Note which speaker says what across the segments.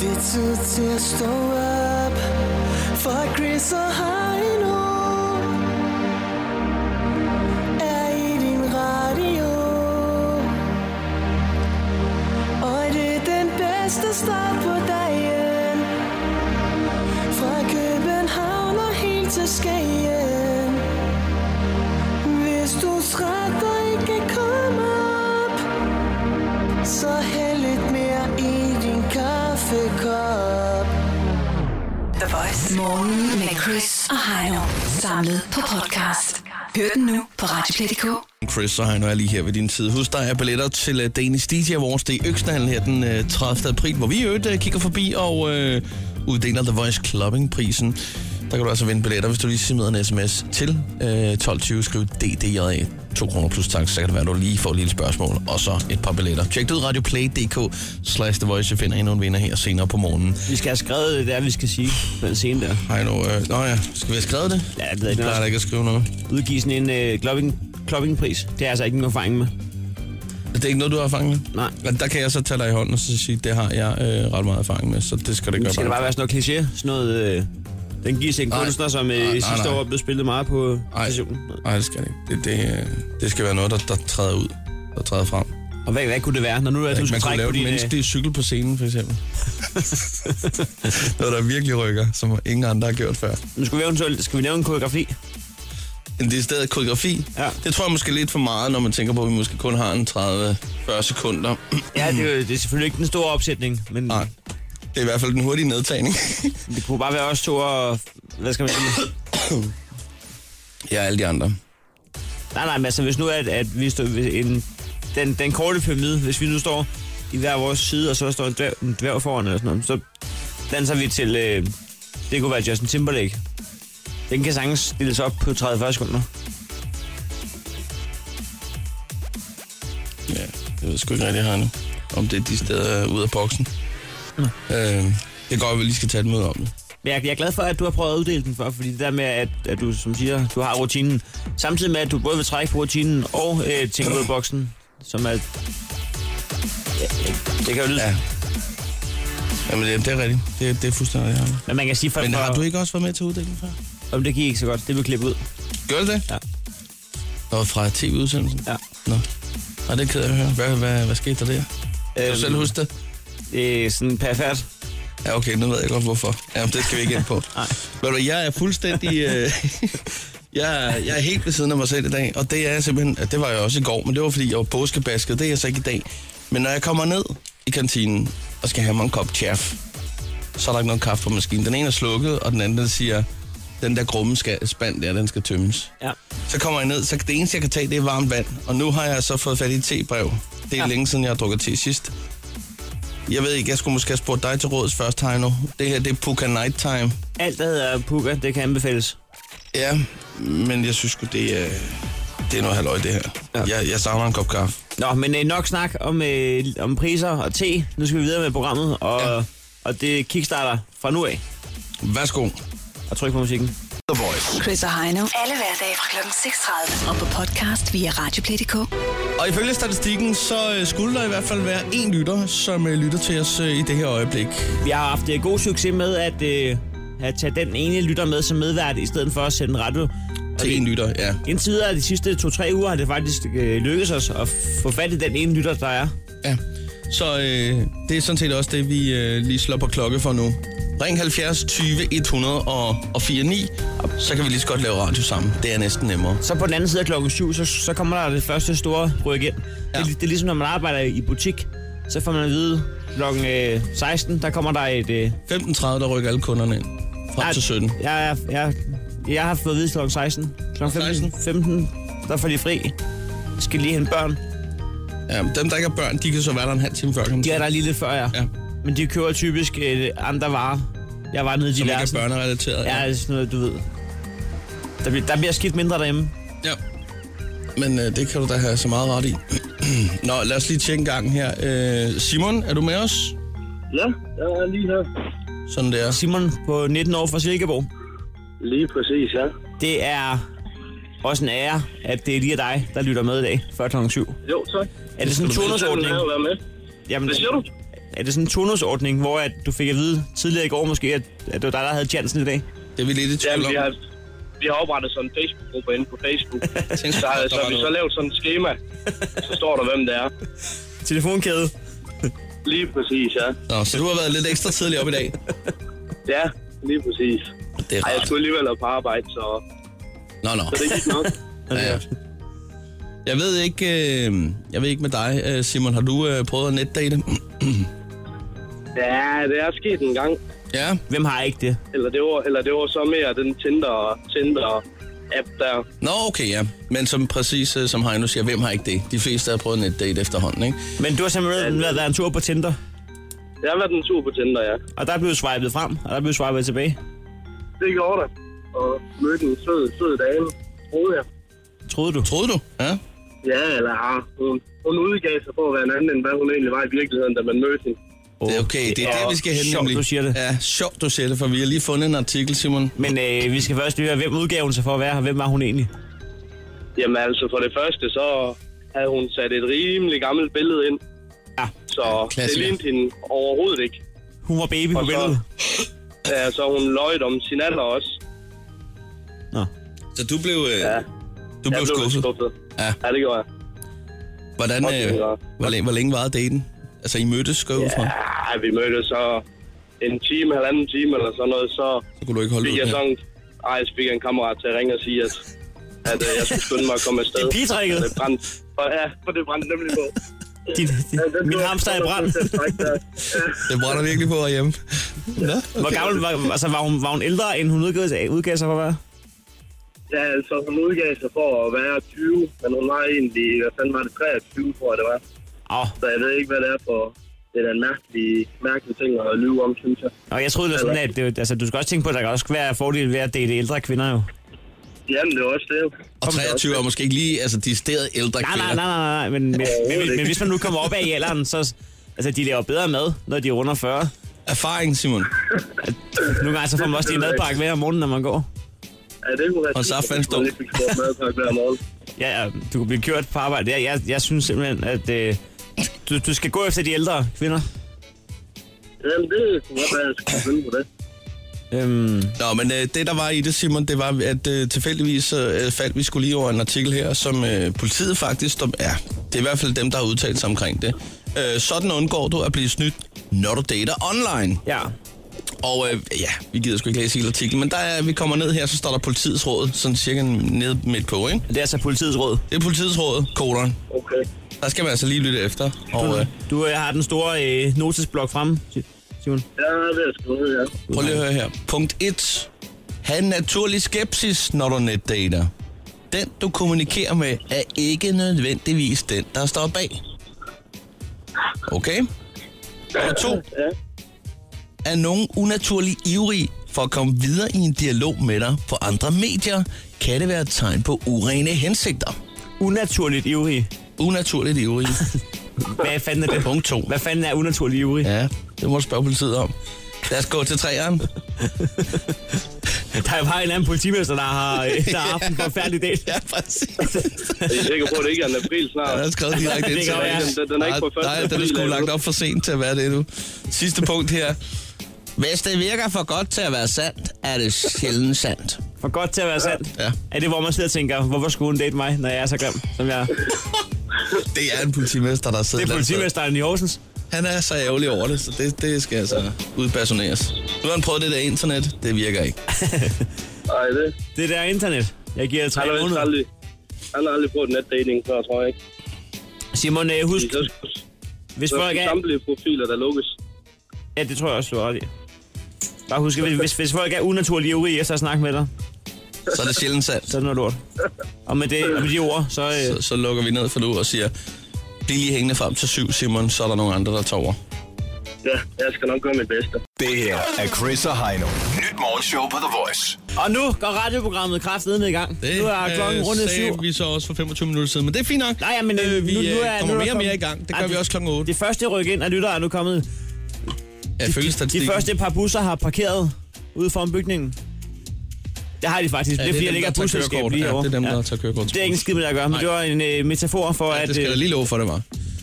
Speaker 1: altid til at stå op For Chris og Heino Er i din radio Og det er den bedste start på dagen Fra København og helt til Skagen Hvis du er træt og ikke kan komme op Så hæld lidt mere i din kaffekop
Speaker 2: The Voice. Morgen med Chris og Heino. Samlet på podcast. Hør den nu på Radioplay.dk.
Speaker 3: Chris og Heino er lige her ved din tid. Husk, der er billetter til uh, Danish DJ Awards. Det er i Øksnallen her den uh, 30. april, hvor vi i øvrigt uh, kigger forbi og uh, uddeler The Voice Clubbing-prisen. Der kan du altså vinde billetter, hvis du lige smider en sms til uh, 1220. Skriv DDJA 2 kroner plus tak, så kan det være, at du lige får et lille spørgsmål, og så et par billetter. Tjek det ud, radioplay.dk slash The Voice. Jeg finder endnu en vinder her senere på morgenen.
Speaker 4: Vi skal have skrevet det der, vi skal sige på den scene der.
Speaker 3: Heino, uh, nå ja, skal vi have skrevet det?
Speaker 4: Ja, det ved jeg ikke.
Speaker 3: Jeg plejer da ikke at skrive noget.
Speaker 4: Udgive sådan en øh, klopping, kloppingpris. Det er altså ikke en erfaring med.
Speaker 3: Det er ikke noget, du har erfaring med?
Speaker 4: Nej.
Speaker 3: Men der kan jeg så tage dig i hånden og så sige, det har jeg øh, ret meget erfaring med, så det skal det
Speaker 4: Nu
Speaker 3: gøre.
Speaker 4: skal det bare være sådan noget kliché. Sådan noget... Øh, den gives til en
Speaker 3: Nej.
Speaker 4: kunstner, som øh,
Speaker 3: Nej, nej,
Speaker 4: sidste
Speaker 3: nej.
Speaker 4: år blev spillet meget på øh,
Speaker 3: Ej,
Speaker 4: stationen.
Speaker 3: nej, det skal det ikke. Det, det, øh, det skal være noget, der, der træder ud og træder frem.
Speaker 4: Og hvad, hvad kunne det være, når nu er du
Speaker 3: Man
Speaker 4: skal
Speaker 3: kunne
Speaker 4: trække på
Speaker 3: lave en
Speaker 4: din... Øh,
Speaker 3: menneskelig cykel på scenen, for eksempel. noget, der virkelig rykker, som ingen andre har gjort før.
Speaker 4: nu skal vi, eventuelt, skal vi lave en koreografi.
Speaker 3: Men det er stadig koreografi.
Speaker 4: Ja.
Speaker 3: Det tror jeg måske lidt for meget, når man tænker på, at vi måske kun har en 30-40 sekunder.
Speaker 4: Ja, det er, jo- det er selvfølgelig ikke den store opsætning, men
Speaker 3: Nej. Det er i hvert fald den hurtige nedtagning.
Speaker 4: det kunne bare være os to og... Hvad skal man sige?
Speaker 3: Jeg og alle de andre.
Speaker 4: Nej, nej, men altså hvis nu at, at vi står hvis en, den, den korte pyramide, hvis vi nu står i hver vores side, og så står en dværg, en dværg foran eller sådan noget, så danser vi til, øh, det kunne være Justin Timberlake. Den kan sagtens stilles op på 30-40 sekunder.
Speaker 3: Ja, jeg ved sgu ikke rigtig her nu, om det er de steder øh, ude af boksen. Øh, det går, at vi lige skal tage et møde om det.
Speaker 4: Men jeg, jeg er glad for, at du har prøvet at uddele den for, fordi det der med, at, at du, som siger, du har rutinen, samtidig med, at du både vil trække på rutinen og øh, tænke ud af boksen, som er... Ja, det kan jo lyde...
Speaker 3: Ja. Jamen, det, det er rigtigt. Det, det er fuldstændig her.
Speaker 4: Men man kan sige, for,
Speaker 3: Men har du ikke også været med til uddelingen før?
Speaker 4: om det gik ikke så godt, det vil klippe ud.
Speaker 3: Gør du det?
Speaker 4: Ja.
Speaker 3: Nå, fra tv-udsendelsen?
Speaker 4: Ja.
Speaker 3: Nå. Og det er ked af at høre. Hvad, hvad, hvad skete der der? Kan
Speaker 4: Øhm.
Speaker 3: du selv huske det?
Speaker 4: øh, sådan perfekt.
Speaker 3: Ja, okay, nu ved jeg godt, hvorfor. Ja, men det skal vi ikke ind på.
Speaker 4: Nej.
Speaker 3: Ved du, hvad, jeg er fuldstændig... Øh, jeg, er- jeg er helt ved siden af mig selv i dag, og det er jeg simpelthen... ja, Det var jeg også i går, men det var, fordi jeg var påskebasket. Det er jeg så ikke i dag. Men når jeg kommer ned i kantinen og skal have mig en kop chaff, så er der ikke noget kaffe på maskinen. Den ene er slukket, og den anden den siger, den der grumme skal, spand der, den skal tømmes.
Speaker 4: Ja.
Speaker 3: Så kommer jeg ned, så det eneste, jeg kan tage, det er varmt vand. Og nu har jeg så fået fat i et tebrev. Det er ja.
Speaker 4: Ja.
Speaker 3: længe siden, jeg har drukket te sidst. Jeg ved ikke, jeg skulle måske have spurgt dig til rådets først, Heino. Det her, det er Puka Night Time.
Speaker 4: Alt, der hedder pukker, det kan anbefales.
Speaker 3: Ja, men jeg synes sgu, det er, det er noget halvøj, det her. Ja.
Speaker 4: Ja.
Speaker 3: Jeg, jeg savner en kop kaffe.
Speaker 4: Nå, men øh, nok snak om, øh, om priser og te. Nu skal vi videre med programmet, og,
Speaker 3: Ja.
Speaker 4: ja. og det kickstarter fra nu af.
Speaker 3: Værsgo.
Speaker 4: Og tryk på musikken.
Speaker 3: The Voice.
Speaker 2: Chris og Heino. Alle hverdage fra kl. 6.30. Og på podcast via Radioplay.dk.
Speaker 3: Og ifølge statistikken, så øh, skulle der i hvert fald være en lytter, som øh, lytter til os øh, i det her øjeblik.
Speaker 4: Vi har haft øh, god succes med at, øh, at tage den ene lytter med som medvært, i stedet for at sende en radio. Og
Speaker 3: Til en lytter, ja.
Speaker 4: Indtil videre de sidste to-tre uger har det faktisk øh, lykkedes os at få fat i den ene lytter, der er.
Speaker 3: Ja. Så øh, det er sådan set også det, vi øh, lige slår på klokke for nu. Ring 70 20 100 og, og 49, så kan vi lige så godt lave radio sammen. Det er næsten nemmere.
Speaker 4: Så på den anden side af klokken 7, så, så kommer der det første store ryk ind. Ja.
Speaker 3: Ja.
Speaker 4: Det, er- det er ligesom, når man arbejder i butik, så får man at vide klokken øh, 16, der kommer der et... Øh,
Speaker 3: 15.30, der rykker alle kunderne ind. Frem
Speaker 4: nej,
Speaker 3: til 17.
Speaker 4: Jeg, jeg, jeg, jeg har fået at vide klokken 16. Klokken 15, 15, der får de fri. Skal lige hente børn.
Speaker 3: Ja, men dem, der ikke har børn, de kan så være der en halv time før. Kan man
Speaker 4: De er
Speaker 3: sige.
Speaker 4: der lige lidt før, ja.
Speaker 3: Ja.
Speaker 4: Men de køber typisk øh, andre varer. Jeg var nede i
Speaker 3: Som ikke er
Speaker 4: diverse.
Speaker 3: børnerelateret.
Speaker 4: Ja, det er sådan noget, du ved. Der bliver, der bliver skidt mindre derhjemme.
Speaker 3: ja. Men øh, det kan du da have så meget ret i. Nå, lad os lige tjekke en gang her. Øh, Simon, er du med os?
Speaker 5: Ja, jeg er lige her.
Speaker 3: Sådan der.
Speaker 4: Simon på 19 år fra Silkeborg.
Speaker 5: Lige præcis, ja.
Speaker 4: Det er også en ære, at det er lige dig, der lytter med i dag, før klokken 7.
Speaker 5: Jo, tak.
Speaker 4: Er det sådan en
Speaker 5: Så
Speaker 4: turnusordning?
Speaker 5: vil jeg jo være med.
Speaker 4: Jamen,
Speaker 5: Hvad siger du?
Speaker 4: er det sådan en turnusordning, hvor at du fik at vide tidligere i går måske, at, at det var dig, der havde chancen i dag?
Speaker 3: Det er vi lidt i tvivl
Speaker 6: Jamen,
Speaker 3: om.
Speaker 6: vi, har, vi har oprettet sådan en Facebook-gruppe inde på Facebook.
Speaker 3: Tænk,
Speaker 6: Så,
Speaker 3: der
Speaker 6: så
Speaker 3: var
Speaker 6: har vi så
Speaker 3: noget.
Speaker 6: lavet sådan et schema, så står der, hvem det er.
Speaker 4: Telefonkæde.
Speaker 6: Lige præcis, ja.
Speaker 3: Nå, så du har været lidt ekstra tidlig op i dag.
Speaker 6: Ja, lige præcis.
Speaker 3: Det er
Speaker 6: Ej, jeg
Speaker 3: rart.
Speaker 6: skulle alligevel op på arbejde, så,
Speaker 3: Nå, nå.
Speaker 6: så det gik nok.
Speaker 3: Ja, ja. Jeg ved ikke, øh, jeg ved ikke med dig, øh, Simon. Har du øh, prøvet at netdate?
Speaker 6: Ja, det er sket en gang.
Speaker 3: ja.
Speaker 4: Hvem har ikke det?
Speaker 6: Eller det var, eller det var så mere den Tinder, Tinder app der.
Speaker 3: Nå, okay, ja. Men som præcis øh, som Heino siger, hvem har ikke det? De fleste har prøvet netdate efterhånden, ikke?
Speaker 4: Men du har simpelthen været, været en tur på Tinder,
Speaker 6: Jeg har været en tur på Tinder, ja.
Speaker 4: og der er blevet swipet frem, og der er blevet swipet tilbage.
Speaker 6: Det gjorde det. Og mødte en sød, sød dame, troede jeg.
Speaker 4: Troede du?
Speaker 3: Troede du? Ja.
Speaker 6: Ja, eller har hun, hun udgav sig for at være en anden, end hvad hun egentlig var i virkeligheden, da man mødte hende.
Speaker 3: Det er okay, det er
Speaker 4: Åh,
Speaker 3: det, vi skal hen
Speaker 4: Sjovt,
Speaker 3: nemlig.
Speaker 4: du siger det.
Speaker 3: Ja, sjovt, du siger det, for vi har lige fundet en artikel, Simon.
Speaker 4: Men øh, vi skal først lige høre, hvem udgav hun sig for at være her? Hvem var hun egentlig?
Speaker 6: Jamen altså, for det første, så havde hun sat et rimelig gammelt billede ind.
Speaker 4: Ja.
Speaker 6: Så det
Speaker 3: klassiker.
Speaker 6: lignede hende overhovedet ikke.
Speaker 4: Hun var baby på
Speaker 6: Og så-
Speaker 4: billedet.
Speaker 6: Ja, så hun løjt om sin alder også.
Speaker 4: Nå.
Speaker 3: Så du blev, øh, ja.
Speaker 6: Ja.
Speaker 3: du blev skuffet.
Speaker 6: skuffet.
Speaker 3: Ja.
Speaker 6: ja, det gjorde jeg.
Speaker 3: Hvordan,
Speaker 6: Fuck,
Speaker 3: øh,
Speaker 6: det var.
Speaker 3: hvor, længe, hvor længe varede daten? Altså, I mødtes, går jeg ud fra?
Speaker 6: Ej, vi mødtes så en time, halvanden time eller sådan noget, så
Speaker 3: Så kunne du ikke holde
Speaker 6: fik
Speaker 3: ud
Speaker 6: jeg
Speaker 3: mere.
Speaker 6: sådan... Ej, så fik jeg en kammerat til at ringe og sige, at, at øh, jeg skulle skynde mig at komme afsted.
Speaker 4: Det er pigetrækket.
Speaker 6: For Det brændte. For, ja, for det brændte nemlig på.
Speaker 4: Din, din,
Speaker 6: Ja, den
Speaker 4: min
Speaker 6: blev-
Speaker 4: hamster er i brand.
Speaker 6: den blev strækt der. Ja.
Speaker 3: Det brænder virkelig på herhjemme. Nå,
Speaker 4: Hvor gammel var, altså, var, hun, var hun ældre, end hun udgav, sig- udgav sig for at være?
Speaker 6: Ja, altså, hun udgav sig for at være 20, men hun var egentlig, hvad fanden var det, 23, tror jeg det var.
Speaker 4: Åh,
Speaker 6: Så jeg ved ikke, hvad det er for... Det er da en mærkelig, mærkelig ting at lyve om, synes jeg.
Speaker 4: og jeg troede, det var sådan, at det, altså, du skal også tænke på, at der kan også være fordele ved at date ældre kvinder jo.
Speaker 6: Jamen, det er også det.
Speaker 3: og 23 er måske ikke lige, altså, de steder ældre
Speaker 4: Nej, nej,
Speaker 3: kvinder.
Speaker 4: nej, nej, nej. Men, men, men, men, men hvis man nu kommer op af i alderen, så... Altså, de laver bedre mad, når de er under 40.
Speaker 3: Erfaring, Simon.
Speaker 4: Nogle gange så får man også lige en madpakke med om morgenen, når man går.
Speaker 6: Ja, det kunne være
Speaker 3: Og så er
Speaker 6: skidt, hvis
Speaker 3: fandme
Speaker 6: man
Speaker 3: stor.
Speaker 6: lige fik stort madpakke hver morgen.
Speaker 4: Ja, ja, du kan blive kørt på arbejde. Jeg, jeg, jeg synes simpelthen, at øh, du, du skal gå efter de ældre kvinder.
Speaker 6: Jamen, det kunne godt være, at jeg skulle begynde på det.
Speaker 4: Øhm,
Speaker 3: Nå, men øh, det, der var i det, Simon, det var, at øh, tilfældigvis øh, faldt vi skulle lige over en artikel her, som øh, politiet faktisk... Som, ja, det er i hvert fald dem, der har udtalt sig omkring det. Øh, sådan undgår du at blive snydt, når du dater online.
Speaker 4: ja.
Speaker 3: Og øh, ja, vi gider sgu ikke læse hele artiklen, men der er, vi kommer ned her, så står der politiets råd, sådan cirka ned midt på, ikke?
Speaker 4: Det er altså politiets råd.
Speaker 3: Det er politiets råd, koderen.
Speaker 6: Okay.
Speaker 3: Der skal man altså lige lytte efter. Og øh,
Speaker 4: Du øh, har den store øh, notesblok frem, Si- Simon.
Speaker 6: Ja, det er sgu ned, ja.
Speaker 3: prøv lige at høre her. Punkt 1. Ha' en naturlig skepsis, når du netdater. Den, du kommunikerer med, er ikke nødvendigvis den, der står bag. Okay? Nummer 2.
Speaker 6: Ja.
Speaker 3: er nogen unaturlig ivrig for at komme videre i en dialog med dig på andre medier, kan det være et tegn på urene hensigter.
Speaker 4: Unaturligt ivrig.
Speaker 3: Unaturligt ivrig.
Speaker 4: Hvad fanden er det?
Speaker 3: Punkt 2.
Speaker 4: Hvad fanden er unaturligt ivrig?
Speaker 3: Ja, det må du spørge politiet om. Lad os gå til træeren.
Speaker 4: Der er bare en eller anden politimester, der har, øh, der har haft en forfærdelig dag.
Speaker 3: Ja, præcis.
Speaker 6: Er I sikre på, at det ikke er en april snart?
Speaker 3: Den er skrevet direkte ind
Speaker 4: Det
Speaker 3: til
Speaker 4: kan
Speaker 3: dig.
Speaker 4: være.
Speaker 6: Den- den er ikke på første
Speaker 3: Nej, den er
Speaker 6: april
Speaker 3: sgu
Speaker 6: endnu.
Speaker 3: lagt op for sent til at være det nu. Sidste punkt her. Hvis det virker for godt til at være sandt, er det sjældent sandt.
Speaker 4: For godt til at være sandt.
Speaker 3: Ja.
Speaker 4: Er det, hvor man sidder og tænker, hvorfor skulle hun date mig, når jeg er så grim, som jeg er?
Speaker 3: Det er en politimester, der sidder
Speaker 4: Det er
Speaker 3: et eller andet sted.
Speaker 4: politimesteren i Horsens.
Speaker 3: Han er så ærgerlig over det, så det, det skal altså udpersoneres. Nu har han prøvet det der internet, det virker ikke.
Speaker 6: Nej, det.
Speaker 4: Det der internet. Jeg giver dig tre
Speaker 6: Han har vist
Speaker 4: måneder.
Speaker 6: aldrig, han har aldrig prøvet netdating før, tror jeg ikke.
Speaker 4: Simon, øh, husk,
Speaker 6: Fordi Så skulle
Speaker 4: hvis
Speaker 6: så
Speaker 4: folk
Speaker 6: skulle
Speaker 4: er...
Speaker 6: samtlige profiler, der lukkes.
Speaker 4: Ja, det tror jeg også, du har ret i. Bare husk, hvis- hvis, hvis folk er unaturligt ivrige efter at snakke med dig,
Speaker 3: Så er det sjældent sandt.
Speaker 4: så er det noget lort. Og med, det, og med de ord, så... Øh,
Speaker 3: Så, så lukker vi ned for nu og siger, bliv lige hængende frem til syv, Simon, så er der nogle andre, der tager over.
Speaker 6: Ja, jeg skal nok gøre mit bedste.
Speaker 7: Det her er Chris og Heino. Nyt morgenshow på The Voice.
Speaker 4: og nu går radioprogrammet kraftedeme i gang.
Speaker 3: Det,
Speaker 4: nu er klokken
Speaker 3: øh,
Speaker 4: rundet
Speaker 3: sagde
Speaker 4: syv.
Speaker 3: vi så også for 25 minutter siden, men det er fint nok.
Speaker 4: Nej, ja, men øh,
Speaker 3: vi
Speaker 4: nu, nu
Speaker 3: øh,
Speaker 4: er,
Speaker 3: kommer
Speaker 4: nu er der
Speaker 3: mere og mere
Speaker 4: kommet-
Speaker 3: i gang. Det
Speaker 4: Ej,
Speaker 3: gør vi også klokken 8.
Speaker 4: Det første ryk ind af lytter er nu kommet.
Speaker 3: Ja, følge
Speaker 4: De
Speaker 3: statistikken.
Speaker 4: første par busser har parkeret ude foran bygningen. Det har de faktisk.
Speaker 3: Ja,
Speaker 4: det er fordi,
Speaker 3: dem,
Speaker 4: der ligger et
Speaker 3: tager
Speaker 4: busselskab
Speaker 3: kørekort.
Speaker 4: lige
Speaker 3: ja,
Speaker 4: over.
Speaker 3: det er dem, der tager kørekort.
Speaker 4: Det er ikke en skid med at gøre, men
Speaker 3: Nej.
Speaker 4: det var en øh, metafor for,
Speaker 3: Ja,
Speaker 4: at...
Speaker 3: det skal jeg da
Speaker 4: Øh,
Speaker 3: lige love for, det var.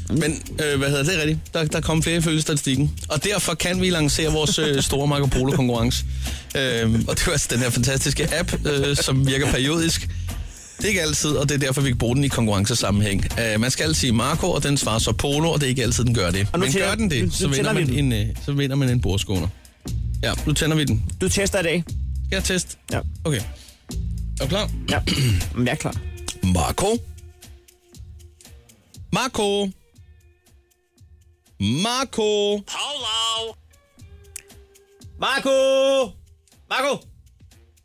Speaker 3: Men øh, hvad hedder det rigtigt? Der, der kom flere ifølge statistikken. Og derfor kan vi lancere vores øh, store Marco Polo-konkurrence. Øhm, og det var altså den her fantastiske app, øh, som virker periodisk. Det er ikke altid, og det er derfor, vi kan bruge den i konkurrencesammenhæng. Øh, man skal altid sige Marco, og den svarer så Polo, og det er ikke altid, den gør det.
Speaker 4: Og nu
Speaker 3: Men
Speaker 4: tæller-
Speaker 3: gør den
Speaker 4: nu- nu
Speaker 3: det, så
Speaker 4: tæller
Speaker 3: vinder, man
Speaker 4: vi
Speaker 3: en, øh, så vinder man en bordskåner. Ja, nu tænder vi den.
Speaker 4: Du tester i dag.
Speaker 3: Skal jeg teste?
Speaker 4: Ja.
Speaker 3: Okay. Er du klar?
Speaker 4: Ja. Men Jeg er klar.
Speaker 3: Marco. Marco. Marco.
Speaker 4: Polo! Marco! Marco!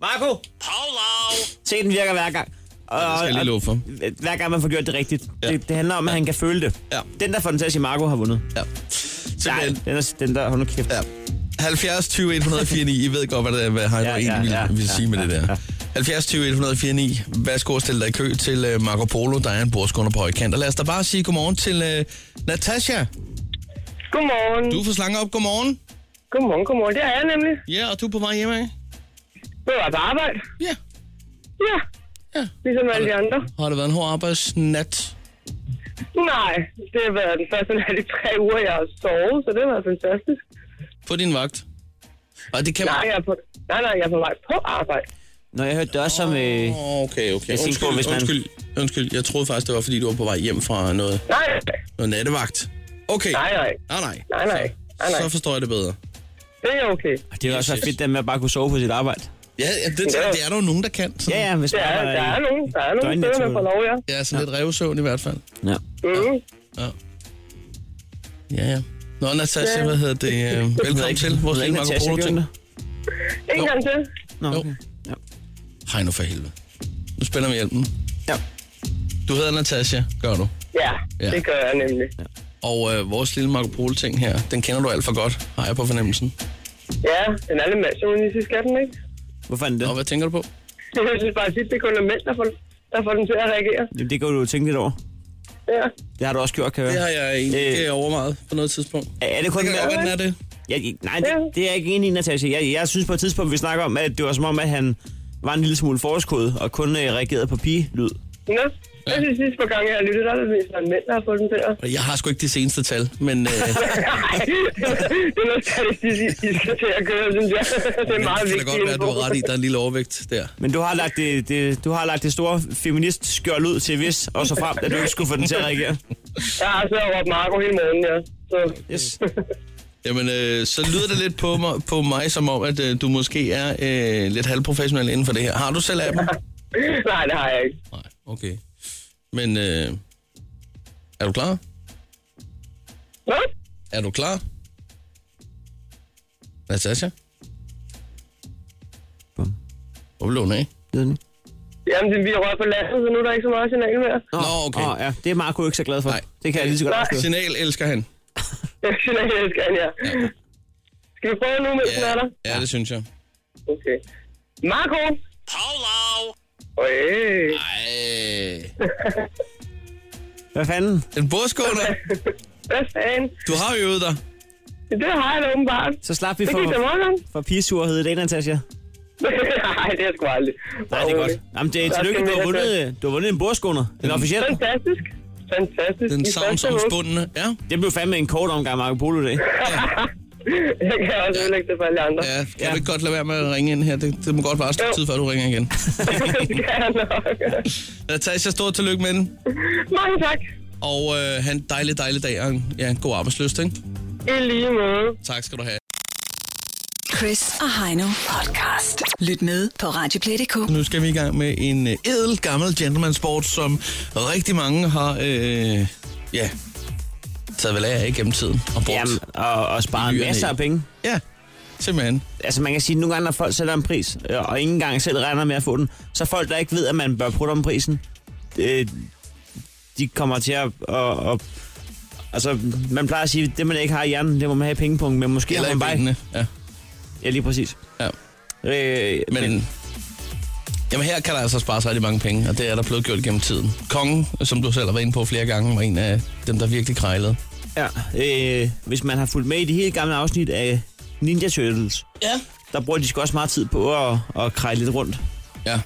Speaker 4: Marco! Polo! Se, den virker hver gang. Og,
Speaker 3: det skal jeg lige love for.
Speaker 4: Hver gang man får gjort det rigtigt.
Speaker 3: Ja.
Speaker 4: Ja. Det, det, handler om, at han kan føle det.
Speaker 3: Ja.
Speaker 4: Den, der får den til at sige, Marco har vundet.
Speaker 3: Ja.
Speaker 4: Nej,
Speaker 3: Simpelthen.
Speaker 4: den, er, den der, hold nu kæft.
Speaker 3: Ja. 70 20 149. I ved godt, hvad, det er, hvad Heino ja, egentlig ville, ja, ville sige med
Speaker 4: ja,
Speaker 3: det der.
Speaker 4: ja.
Speaker 3: 70 20 149. Værsgo at stille dig i kø til øh, Marco Polo, der er en bordskunder på højkant. Og lad os da bare sige godmorgen til øh, Natasha.
Speaker 6: Godmorgen.
Speaker 3: Du får slange op. Godmorgen.
Speaker 6: Godmorgen, godmorgen. Det er jeg nemlig.
Speaker 3: Ja, og du er på vej hjemme, ikke?
Speaker 6: Jeg var på arbejde.
Speaker 3: Ja.
Speaker 6: Ja,
Speaker 3: ja.
Speaker 6: ligesom alle de andre.
Speaker 3: Har det været en hård arbejdsnat?
Speaker 6: Nej, det har været den første nat i tre uger, jeg har sovet, så det har været fantastisk.
Speaker 3: på din vagt. Og det kan
Speaker 6: Nej, jeg er på, nej, nej, jeg er på vej på arbejde.
Speaker 4: Når jeg hørte det også som... Øh,
Speaker 3: Åh, Okay, okay.
Speaker 4: Jeg tænkte på, hvis man-
Speaker 3: undskyld, undskyld. Jeg troede faktisk, det var, fordi du var på vej hjem fra noget,
Speaker 6: Nej,
Speaker 3: noget nattevagt. Okay.
Speaker 6: nej, nej,
Speaker 3: Nej, nej.
Speaker 6: nej, nej. Nej, nej.
Speaker 3: Så forstår jeg det bedre.
Speaker 6: Det er okay.
Speaker 4: det er også
Speaker 3: Yes, yes.
Speaker 4: fedt, den med at bare kunne sove på sit arbejde.
Speaker 3: Ja, ja det, det,
Speaker 6: Ja.
Speaker 3: det er der jo nogen, der kan. Sådan,
Speaker 4: Ja, ja, hvis
Speaker 6: Der
Speaker 4: man
Speaker 6: er,
Speaker 4: arbejder
Speaker 6: der
Speaker 4: i-
Speaker 6: er nogen, der er nogen
Speaker 4: døgnnetto.
Speaker 6: steder, man får lov, ja.
Speaker 3: ja sådan lidt revsøvn i hvert fald.
Speaker 4: Ja.
Speaker 6: Mm.
Speaker 3: Ja, ja. Nå, Natasha,
Speaker 6: Ja.
Speaker 3: hvad hedder det? Øh, velkommen til vores lille Marco Polo-ting.
Speaker 6: En gang til.
Speaker 4: Nå,
Speaker 3: Jo.
Speaker 4: okay. Ja.
Speaker 3: Hej nu for helvede. Nu spænder vi hjælpen.
Speaker 4: Ja.
Speaker 3: Du hedder Natasha, gør du.
Speaker 6: Ja,
Speaker 3: Ja.
Speaker 6: det gør jeg nemlig.
Speaker 3: Og øh, vores lille Marco Polo-ting her, den kender du alt for godt, har jeg på fornemmelsen.
Speaker 6: Ja, den er lidt maskulin i skatten, ikke?
Speaker 4: Hvorfor er den det?
Speaker 3: Og hvad tænker du på?
Speaker 6: Jeg synes bare tit, det kun er mænd, der får, der får den til at reagere.
Speaker 4: Jamen, det kan du jo tænke lidt over.
Speaker 6: Ja.
Speaker 4: Det har du også gjort, kan jeg
Speaker 3: Det
Speaker 4: høre.
Speaker 3: har jeg egentlig
Speaker 4: Øh.
Speaker 3: ikke overvejet på noget tidspunkt.
Speaker 4: Er, er det kun
Speaker 3: Det kan
Speaker 4: mænd?
Speaker 3: godt være, den er det.
Speaker 4: Jeg, nej, det, det, er jeg ikke enig i, Natasha. Jeg, jeg synes på et tidspunkt, vi snakker om, at det var som om, at han var en lille smule forskod og kun øh, reagerede på pigelyd.
Speaker 6: Nå, jeg synes sidste par gange, jeg har lyttet, der er det mest en mænd, der har fået den til at...
Speaker 3: Jeg har sgu ikke de seneste tal, men øh,
Speaker 6: Nej, det er noget statistisk, I- I skal til at gøre, synes jeg. Det
Speaker 3: det
Speaker 6: er meget
Speaker 3: kan da
Speaker 6: vigtigt.
Speaker 3: godt være, at du har ret i, der er en lille overvægt der.
Speaker 4: Men du har lagt det, det, du har lagt det store feminist skjold ud til hvis, og så frem, at du ikke skulle få den til at reagere.
Speaker 6: Jeg har så råbt Marco hele morgenen, ja. Så,
Speaker 4: Yes.
Speaker 3: Jamen, øh, så lyder det lidt på mig, på mig som om, at øh, du måske er øh, lidt halvprofessionel inden for det her. Har du selv appen?
Speaker 6: nej, det har jeg ikke.
Speaker 3: Nej, okay. Men øh, er du klar?
Speaker 6: Nå?
Speaker 3: Er du klar? Natasha?
Speaker 4: Bum.
Speaker 3: Hvor blev den af?
Speaker 6: Jamen, det, vi har rørt på landet, så nu er der ikke så meget signal mere.
Speaker 4: Nå, ah,
Speaker 3: okay.
Speaker 4: Åh, ja, det er Marco ikke så glad for.
Speaker 3: Nej.
Speaker 4: Nej. Det kan jeg lige så godt
Speaker 6: Nej.
Speaker 4: afsløre.
Speaker 3: Signal elsker han.
Speaker 6: Signal elsker han, ja. Skal vi prøve nu, mens den er der?
Speaker 3: ja, det synes jeg.
Speaker 6: Okay. Marco! Paolo! Øj,
Speaker 3: Ej.
Speaker 4: Hvad fanden?
Speaker 3: En bordskåner.
Speaker 6: hvad fanden?
Speaker 3: Du har jo øvet dig.
Speaker 6: Det har jeg da åbenbart.
Speaker 4: Så slap vi
Speaker 6: Det gik da
Speaker 4: for,
Speaker 6: meget godt.
Speaker 4: for pigesurhed i dag, Natasha.
Speaker 6: Nej, det har jeg sgu aldrig.
Speaker 4: Nej, det er godt. Jamen, det er
Speaker 6: Der
Speaker 4: tillykke,
Speaker 6: skal
Speaker 4: du har
Speaker 6: mere
Speaker 4: vundet, øh, du har vundet en bordskåner. En
Speaker 6: Mm.
Speaker 4: officiel.
Speaker 6: Fantastisk. Fantastisk.
Speaker 3: Den
Speaker 6: I første hug.
Speaker 3: savnsomspundende. Ja.
Speaker 4: Det blev fandme en kort omgang Marco Polo i dag.
Speaker 6: Jeg kan også ødelægge det for alle andre.
Speaker 3: Ja, kan ja.
Speaker 4: Ja.
Speaker 3: du ikke godt lade være med at ringe ind her? Det, det må godt være et stykke
Speaker 6: Jo.
Speaker 3: tid, før du ringer igen.
Speaker 6: det kan jeg nok.
Speaker 3: Natasha, stort tillykke med den.
Speaker 6: Mange tak.
Speaker 3: Og øh, have en dejlig, dejlig dag og en, ja, en god arbejdsløst, ikke?
Speaker 6: I lige måde.
Speaker 3: Tak skal du have.
Speaker 2: Chris og Heino podcast. Lyt med på Radioplay.dk.
Speaker 3: Nu skal vi i gang med en øh, edel gammel gentleman sport, som rigtig mange har, øh, ja, taget vel af igennem tiden og brugt.
Speaker 4: Jamen, og, og sparet
Speaker 3: Dyrene.
Speaker 4: masser af penge.
Speaker 3: Ja, simpelthen.
Speaker 4: Altså man kan sige, at nogle gange, når folk sætter en pris, øh, og ikke engang selv regner med at få den, så folk, der ikke ved, at man bør putte om prisen, øh, de kommer til at... Og, og, altså, man plejer at sige, at det, man ikke har i hjernen, det må man have i pengepunkten, men måske
Speaker 3: Eller
Speaker 4: har
Speaker 3: i
Speaker 4: man bare...
Speaker 3: benene. Ja,
Speaker 4: Ja, lige præcis.
Speaker 3: ja.
Speaker 4: Øh, men,
Speaker 3: Men, jamen her kan der altså spares rigtig mange penge, og det er der blevet gjort gennem tiden. Kongen, som du selv har været inde på flere gange, var en af dem, der virkelig krejlede.
Speaker 4: ja, øh, hvis man har fulgt med i det helt gamle afsnit af Ninja Turtles,
Speaker 3: Ja.
Speaker 4: der bruger de sgu også meget tid på at, at kreje lidt rundt.
Speaker 3: Ja,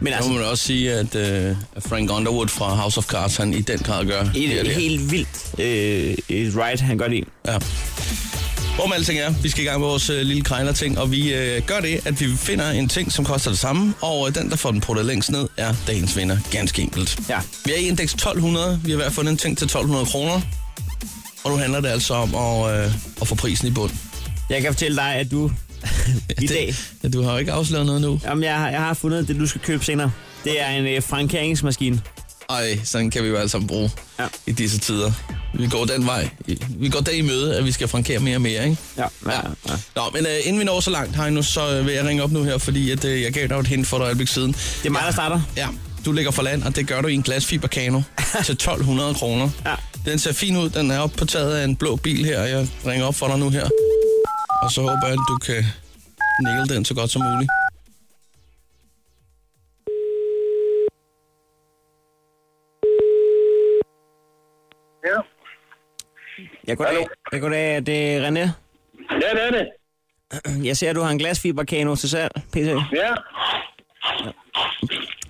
Speaker 4: Men
Speaker 3: Der
Speaker 4: altså,
Speaker 3: må man også sige, at øh, Frank Underwood fra House of Cards, han i den grad gør.
Speaker 4: et,
Speaker 3: her.
Speaker 4: et helt vildt øh, et ride, han gør det i.
Speaker 3: Ja. Hvorom alting er, vi skal i gang med vores øh, lille krejler-ting, og vi øh, gør det, at vi finder en ting, som koster det samme, og øh, den, der får den puttet længst ned, er dagens vinder. Ganske enkelt.
Speaker 4: Ja.
Speaker 3: Vi er i indeks 1200, vi har hver fundet en ting til 1200 kroner, og nu handler det altså om at, øh, at få prisen i bund.
Speaker 4: Jeg kan fortælle dig, at du i
Speaker 3: Det-
Speaker 4: dag...
Speaker 3: Ja, du har jo ikke afsløret noget nu.
Speaker 4: Jamen, jeg, har- jeg har fundet det, du skal købe senere. Det er en øh, frankeringsmaskine.
Speaker 3: Ej, sådan kan vi jo alle sammen bruge ja.
Speaker 4: Ja.
Speaker 3: i disse tider. Vi går den vej. Vi går den i møde, at vi skal frankere mere og mere, ikke?
Speaker 4: Ja, ja, ja.
Speaker 3: Nå, men øh, inden vi når så langt, Heino, så øh, vil jeg ringe op nu her, fordi at, øh, jeg gav dig jo et hint for dig et øjeblik siden.
Speaker 4: Det er mig, der starter.
Speaker 3: Ja, du ligger for land, og det gør du i en glasfiberkano til 1200 kroner.
Speaker 4: Ja.
Speaker 3: Den ser fin ud, den er oppe på taget af en blå bil her, og jeg ringer op for dig nu her. Og så håber jeg, at du kan næle den så godt som muligt.
Speaker 8: Ja.
Speaker 4: Ja, goddag. Ja, goddag. Det er René.
Speaker 8: ja, det er det.
Speaker 4: Jeg ser, at du har en glasfiberkano til salg, PC.
Speaker 8: Ja,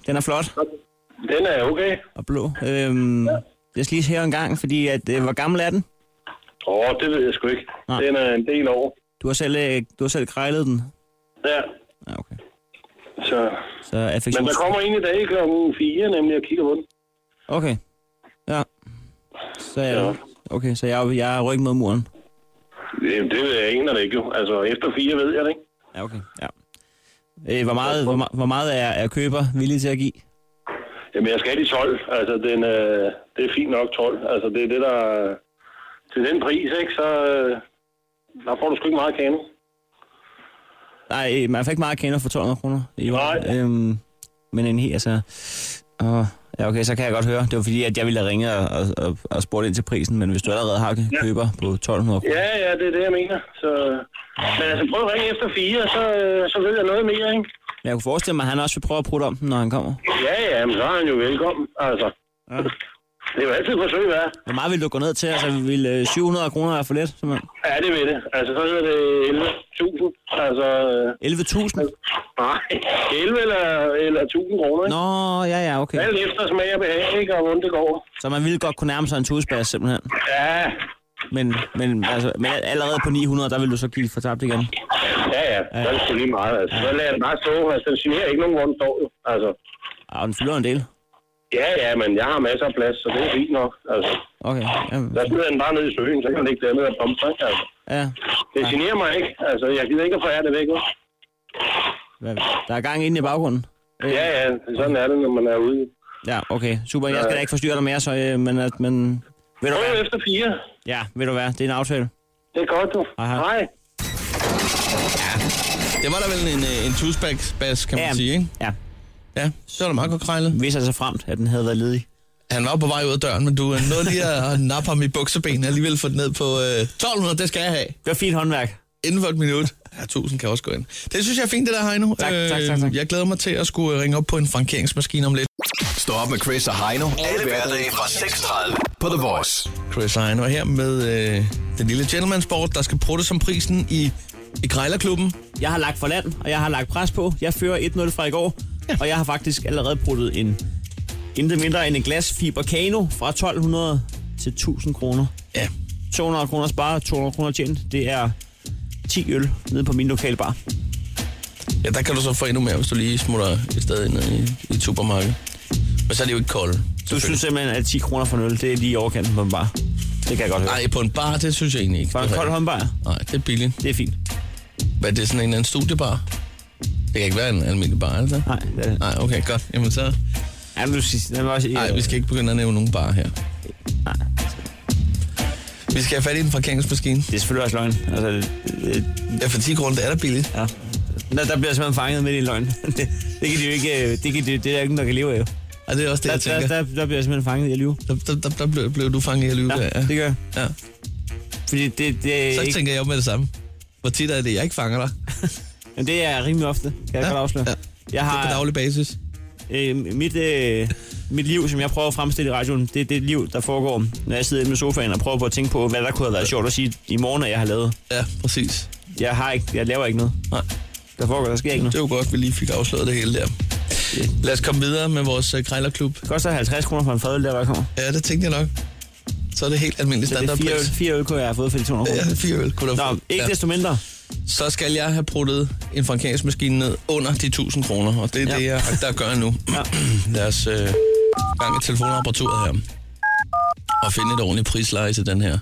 Speaker 4: Den er flot
Speaker 8: den er okay.
Speaker 4: og blå. Øhm, jeg skal lige her en gang, fordi at, øh, hvor gammel er den?
Speaker 8: Åh, oh, det ved jeg sgu ikke.
Speaker 4: Nej.
Speaker 8: Den er en del over.
Speaker 4: Du har selv, øh, du har selv krejlet den.
Speaker 8: Ja,
Speaker 4: Ja, okay.
Speaker 8: så...
Speaker 4: Så
Speaker 8: Men
Speaker 4: affektions...
Speaker 8: der kommer en i dag kl. 4, nemlig, og kigger på den.
Speaker 4: Okay. Ja. Så er
Speaker 8: Ja.
Speaker 4: jeg... Okay, så jeg, er- jeg er ryggen mod muren.
Speaker 8: Jamen, det ved jeg ikke, når det ikke jo. Altså, efter 4 ved jeg det ikke.
Speaker 4: Ja, okay. Ja. Øh, hvor, meget, hvor, me- hvor meget er, er køber villig til at give?
Speaker 8: Jamen, jeg skal i 12. Altså, den, øh, det er fint nok 12. Altså, det er det, der... Til den pris, ikke, så... Øh, der får du sgu ikke meget kano.
Speaker 4: Nej, øh, man fik meget kender for 1200 kroner. i år.
Speaker 8: Nej.
Speaker 4: Øhm, men en hel, altså... Og, ja, okay, så kan jeg godt høre. Det var fordi, at jeg ville have ringet og, og, og, og spurgt ind til prisen, men hvis du allerede har køber på 1200 kroner...
Speaker 8: Ja, ja, det er det, jeg mener. Så... Men altså, prøv at ringe efter 4, så, øh, så ved jeg noget mere, ikke?
Speaker 4: Men jeg kunne forestille mig, at han også vil prøve at prutte om den, når han kommer.
Speaker 8: Ja, ja, men så er han jo velkommen. Altså,
Speaker 4: Ja.
Speaker 8: det er jo altid et forsøg værd.
Speaker 4: Hvor meget vil du gå ned til? Altså, vil øh, 700 kroner være for lidt? simpelthen?
Speaker 8: Ja, det ved det. Altså, så hedder det 11.000. Altså, øh,
Speaker 4: 11.000?
Speaker 8: nej, 11 eller, eller 1.000 kroner, ikke?
Speaker 4: Nå, ja, ja, okay.
Speaker 8: Alt efter smag og behag, ikke? Og hvordan det går.
Speaker 4: Så man ville godt kunne nærme sig en tusbas, simpelthen.
Speaker 8: Ja,
Speaker 4: Men, men, altså, men allerede på 900, der vil du så give for tabt igen.
Speaker 8: ja, ja. Så er det sgu lige meget, altså. Så lader den bare stå. Altså, den signerer ikke nogen, hvor den står, jo. Altså,
Speaker 4: Ah, den fylder en del.
Speaker 8: ja, ja, men jeg har masser af plads, så det er fint nok. Altså,
Speaker 4: Okay, jamen,
Speaker 8: der smider den bare ned i søen, så kan den ikke dernede og pumpe, ikke? Altså,
Speaker 4: ja.
Speaker 8: det generer mig ikke. Altså, jeg gider ikke at forære det væk, jo.
Speaker 4: Hvad, der er gang inde i baggrunden.
Speaker 8: Ja, ja, sådan er det, når man er ude.
Speaker 4: Ja, okay. Super. Jeg skal da ikke forstyrre dig mere, så, øh, men, at- men ved du
Speaker 8: Prøv
Speaker 4: hvad?
Speaker 8: efter 4.
Speaker 4: Ja, ved du hvad? Det er en aftale.
Speaker 8: Det er godt, du.
Speaker 4: Hej, hej.
Speaker 8: Hej.
Speaker 3: Det var da vel en, øh, en tusbas, kan man
Speaker 4: ja,
Speaker 3: sige, ikke?
Speaker 4: Ja.
Speaker 3: Ja, så er det meget godt krejlet.
Speaker 4: Hvis altså fremt, at den havde været ledig.
Speaker 3: Han var jo på vej ud af døren, men du øh, nåede lige at nappe ham i bukseben og alligevel få den ned på øh, 1200, det skal jeg have.
Speaker 4: Det var fint håndværk.
Speaker 3: inden for et minut. Ja, 1000 kan også gå ind. Det synes jeg er fint, det der, Heino. Øh,
Speaker 4: Tak, tak, tak, tak.
Speaker 3: Jeg glæder mig til at skulle øh, ringe op på en frankeringsmaskine om lidt.
Speaker 6: Stå op med Chris og Heino. Alle hverdage fra 6.30 på The Voice.
Speaker 3: Chris og Heino er her med øh, den lille gentleman sport, der skal prutte som prisen i, i Grejlerklubben.
Speaker 4: Jeg har lagt for land, og jeg har lagt pres på. Jeg fører 1-0 fra i går, og jeg har faktisk allerede bruttet en intet mindre end en glasfiberkano fra 1200 til 1000 kroner.
Speaker 3: Ja,
Speaker 4: 200 kroner sparet, 200 kroner tjent. Det er 10 øl nede på min lokale bar.
Speaker 3: ja, der kan du så få endnu mere, hvis du lige smutter et sted ind i, i et supermarked. Men så er det jo ikke koldt.
Speaker 4: Du synes simpelthen, at 10 kroner for en øl, det er lige i overkanten på en bar. Det kan jeg godt høre.
Speaker 3: Nej, på en bar, det synes jeg egentlig ikke.
Speaker 4: For en
Speaker 3: Det er
Speaker 4: kold
Speaker 3: rigtigt.
Speaker 4: håndbar,
Speaker 3: Nej, det er billigt.
Speaker 4: det er fint.
Speaker 3: Hvad er det, sådan en eller anden studiebar? Det kan ikke være en almindelig bar, er det det?
Speaker 4: Nej, det er det.
Speaker 3: Nej, okay, godt. Jamen så...
Speaker 4: Ja, men du siger, lad mig også...
Speaker 3: Nej, vi skal ikke begynde at nævne nogen bar her.
Speaker 4: Nej,
Speaker 3: Vi skal have fat i en parkeringsmaskine.
Speaker 4: det er selvfølgelig også løgn. Altså, det,
Speaker 3: Ja, for 10 kroner, det er da billigt.
Speaker 4: ja. Der, der bliver simpelthen fanget midt i en løgn. det, det, kan de jo ikke... øh, Det, kan de, det er der ikke nogen, der kan leve af. jo.
Speaker 3: Og det er også det,
Speaker 4: Der,
Speaker 3: jeg
Speaker 4: der,
Speaker 3: tænker.
Speaker 4: der, der bliver jeg simpelthen fanget i at lyve.
Speaker 3: Der, der, der, der blev, blev du fanget i at lyve
Speaker 4: Ja,
Speaker 3: der. Ja.
Speaker 4: det gør jeg.
Speaker 3: Ja.
Speaker 4: Fordi det, det, er
Speaker 3: Så
Speaker 4: ikke,
Speaker 3: tænker jeg jo med det samme. Hvor tit er det, jeg ikke fanger dig?
Speaker 4: men det er rimelig ofte, kan jeg
Speaker 3: Ja,
Speaker 4: godt afsløre.
Speaker 3: ja.
Speaker 4: Jeg
Speaker 3: Det er på
Speaker 4: har
Speaker 3: daglig basis.
Speaker 4: øh, mit, øh, mit liv, som jeg prøver at fremstille i radioen, det er det liv, der foregår, når jeg sidder hjemme med sofaen og prøver på at tænke på, hvad der kunne have været sjovt at sige i morgen, at jeg har lavet.
Speaker 3: Ja, præcis.
Speaker 4: Jeg, har ikke, jeg laver ikke noget.
Speaker 3: Nej,
Speaker 4: Der foregår, der sker ikke noget.
Speaker 3: det er jo godt, vi lige fik afsløret det hele der. Lad os komme videre med vores øh, krejlerklub.
Speaker 4: Det koster 50 kroner for en fadøl, der var kommer.
Speaker 3: Ja, det tænkte jeg nok. Så er det helt almindelig
Speaker 4: Så det er fire øl,
Speaker 3: standardpris.
Speaker 4: fire øl, kunne jeg have fået for de 200 kroner.
Speaker 3: Ja, fire øl kunne du
Speaker 4: Nå,
Speaker 3: få.
Speaker 4: ikke
Speaker 3: ja.
Speaker 4: desto mindre.
Speaker 3: Så skal jeg have pruttet en frankeringsmaskine ned under de 1000 kroner, og det er ja.
Speaker 4: Ja.
Speaker 3: det, jeg agter at gøre nu. Ja.
Speaker 4: Ja.
Speaker 3: Lad os øh, gang i telefonapparaturet her. Og finde et ordentligt prisleje til den her.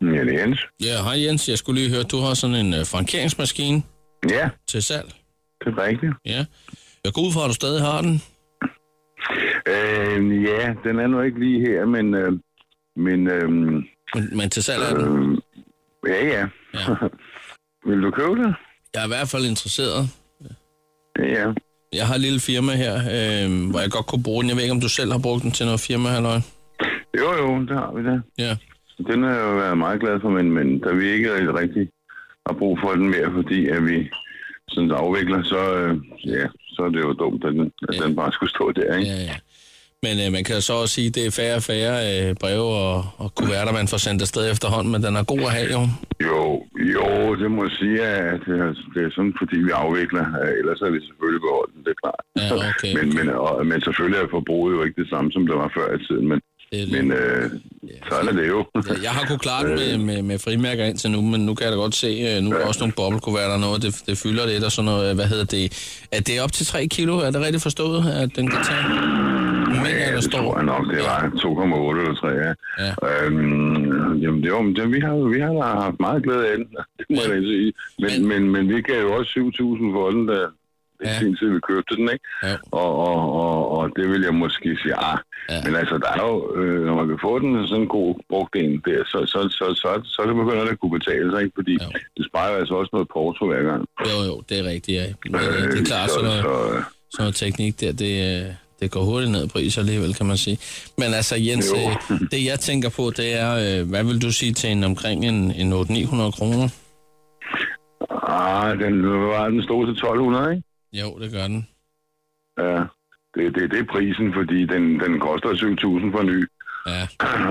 Speaker 9: Ja, det er Jens.
Speaker 3: Ja, hej Jens. Jeg skulle lige høre, du har sådan en øh, frankeringsmaskine
Speaker 9: Ja,
Speaker 3: til salg.
Speaker 9: det er rigtigt.
Speaker 3: Ja. Jeg går ud fra, at du stadig har den.
Speaker 9: Øh, ja, den er nu ikke lige her, men... Øh, men øh,
Speaker 3: Men, men til salg er den.
Speaker 9: øh, ja, ja.
Speaker 3: Ja.
Speaker 9: Vil du købe det?
Speaker 3: Jeg er i hvert fald interesseret.
Speaker 9: Ja.
Speaker 3: Jeg har et lille firma her, øh, hvor jeg godt kunne bruge den. Jeg ved ikke, om du selv har brugt den til noget firma, halløj.
Speaker 9: Jo, jo, det har vi da.
Speaker 3: Ja.
Speaker 9: Den har jeg jo været meget glad for, men, men da vi ikke rigtig- rigtig har brug for den mere, fordi at vi sådan afvikler, så, øh, ja, så er det jo dumt, at den, at den bare skulle stå der, ikke?
Speaker 3: Ja, ja. Men øh, man kan så også sige, at det er færre og færre øh, breve og, og kuverter, man får sendt afsted efterhånden, men den er god at have, jo.
Speaker 9: Jo, jo, det må jeg sige, at det er- det er sådan, fordi vi afvikler. Øh, Ellers har vi selvfølgelig beholdt den, det er klart.
Speaker 3: Ja, okay,
Speaker 9: men, men, og, men selvfølgelig er forbruget jo ikke det samme, som det var før i tiden, men,
Speaker 3: Det er det.
Speaker 9: men øh, sådan er det jo.
Speaker 3: Jeg har kunnet klare det med, med, med frimærker indtil nu, men nu kan jeg da godt se, øh, nu er der også nogle boblekuverter og noget, det, det fylder lidt og sådan noget, øh, hvad hedder det, er det op til 3 kilo, er det rigtigt forstået, at den kan tage? Men
Speaker 9: Ja,
Speaker 3: der
Speaker 9: det tror
Speaker 3: står,
Speaker 9: jeg nok, det var 2,8 eller 3, ja.
Speaker 3: Ja.
Speaker 9: Øhm, jamen, jo, men det, vi har jo vi har da haft meget glæde af den, det må jeg da sige. Men, men, men vi gav jo også 7.000 for den, da
Speaker 3: Ja.
Speaker 9: ja. sin tid vi købte den, ikke?
Speaker 3: Jo.
Speaker 9: Og, og, og, og det vil jeg måske sige, ah,
Speaker 3: Ja.
Speaker 9: ja. men altså, der er jo, øh, når man kan få den sådan en god brugt en der, så, så, så, så, så er det begynder det at kunne betale sig, ikke? Fordi
Speaker 3: Jo.
Speaker 9: det sparer jo altså også noget porto hver gang.
Speaker 3: jo jo, det er rigtigt, ja. Men, øh, det er klart,
Speaker 9: så,
Speaker 3: sådan noget,
Speaker 9: så, øh,
Speaker 3: sådan noget teknik der, det, øh, det går hurtigt ned i pris alligevel, kan man sige. Men altså, Jens,
Speaker 9: Jo.
Speaker 3: øh, det jeg tænker på, det er, øh, hvad vil du sige til en omkring en, en 800-900 kroner?
Speaker 9: ah, den, var den stod til 1.200, ikke?
Speaker 3: Jo, det gør den.
Speaker 9: Ja, det, det, det er prisen, fordi den, den koster 7.000 for ny,
Speaker 3: Ja,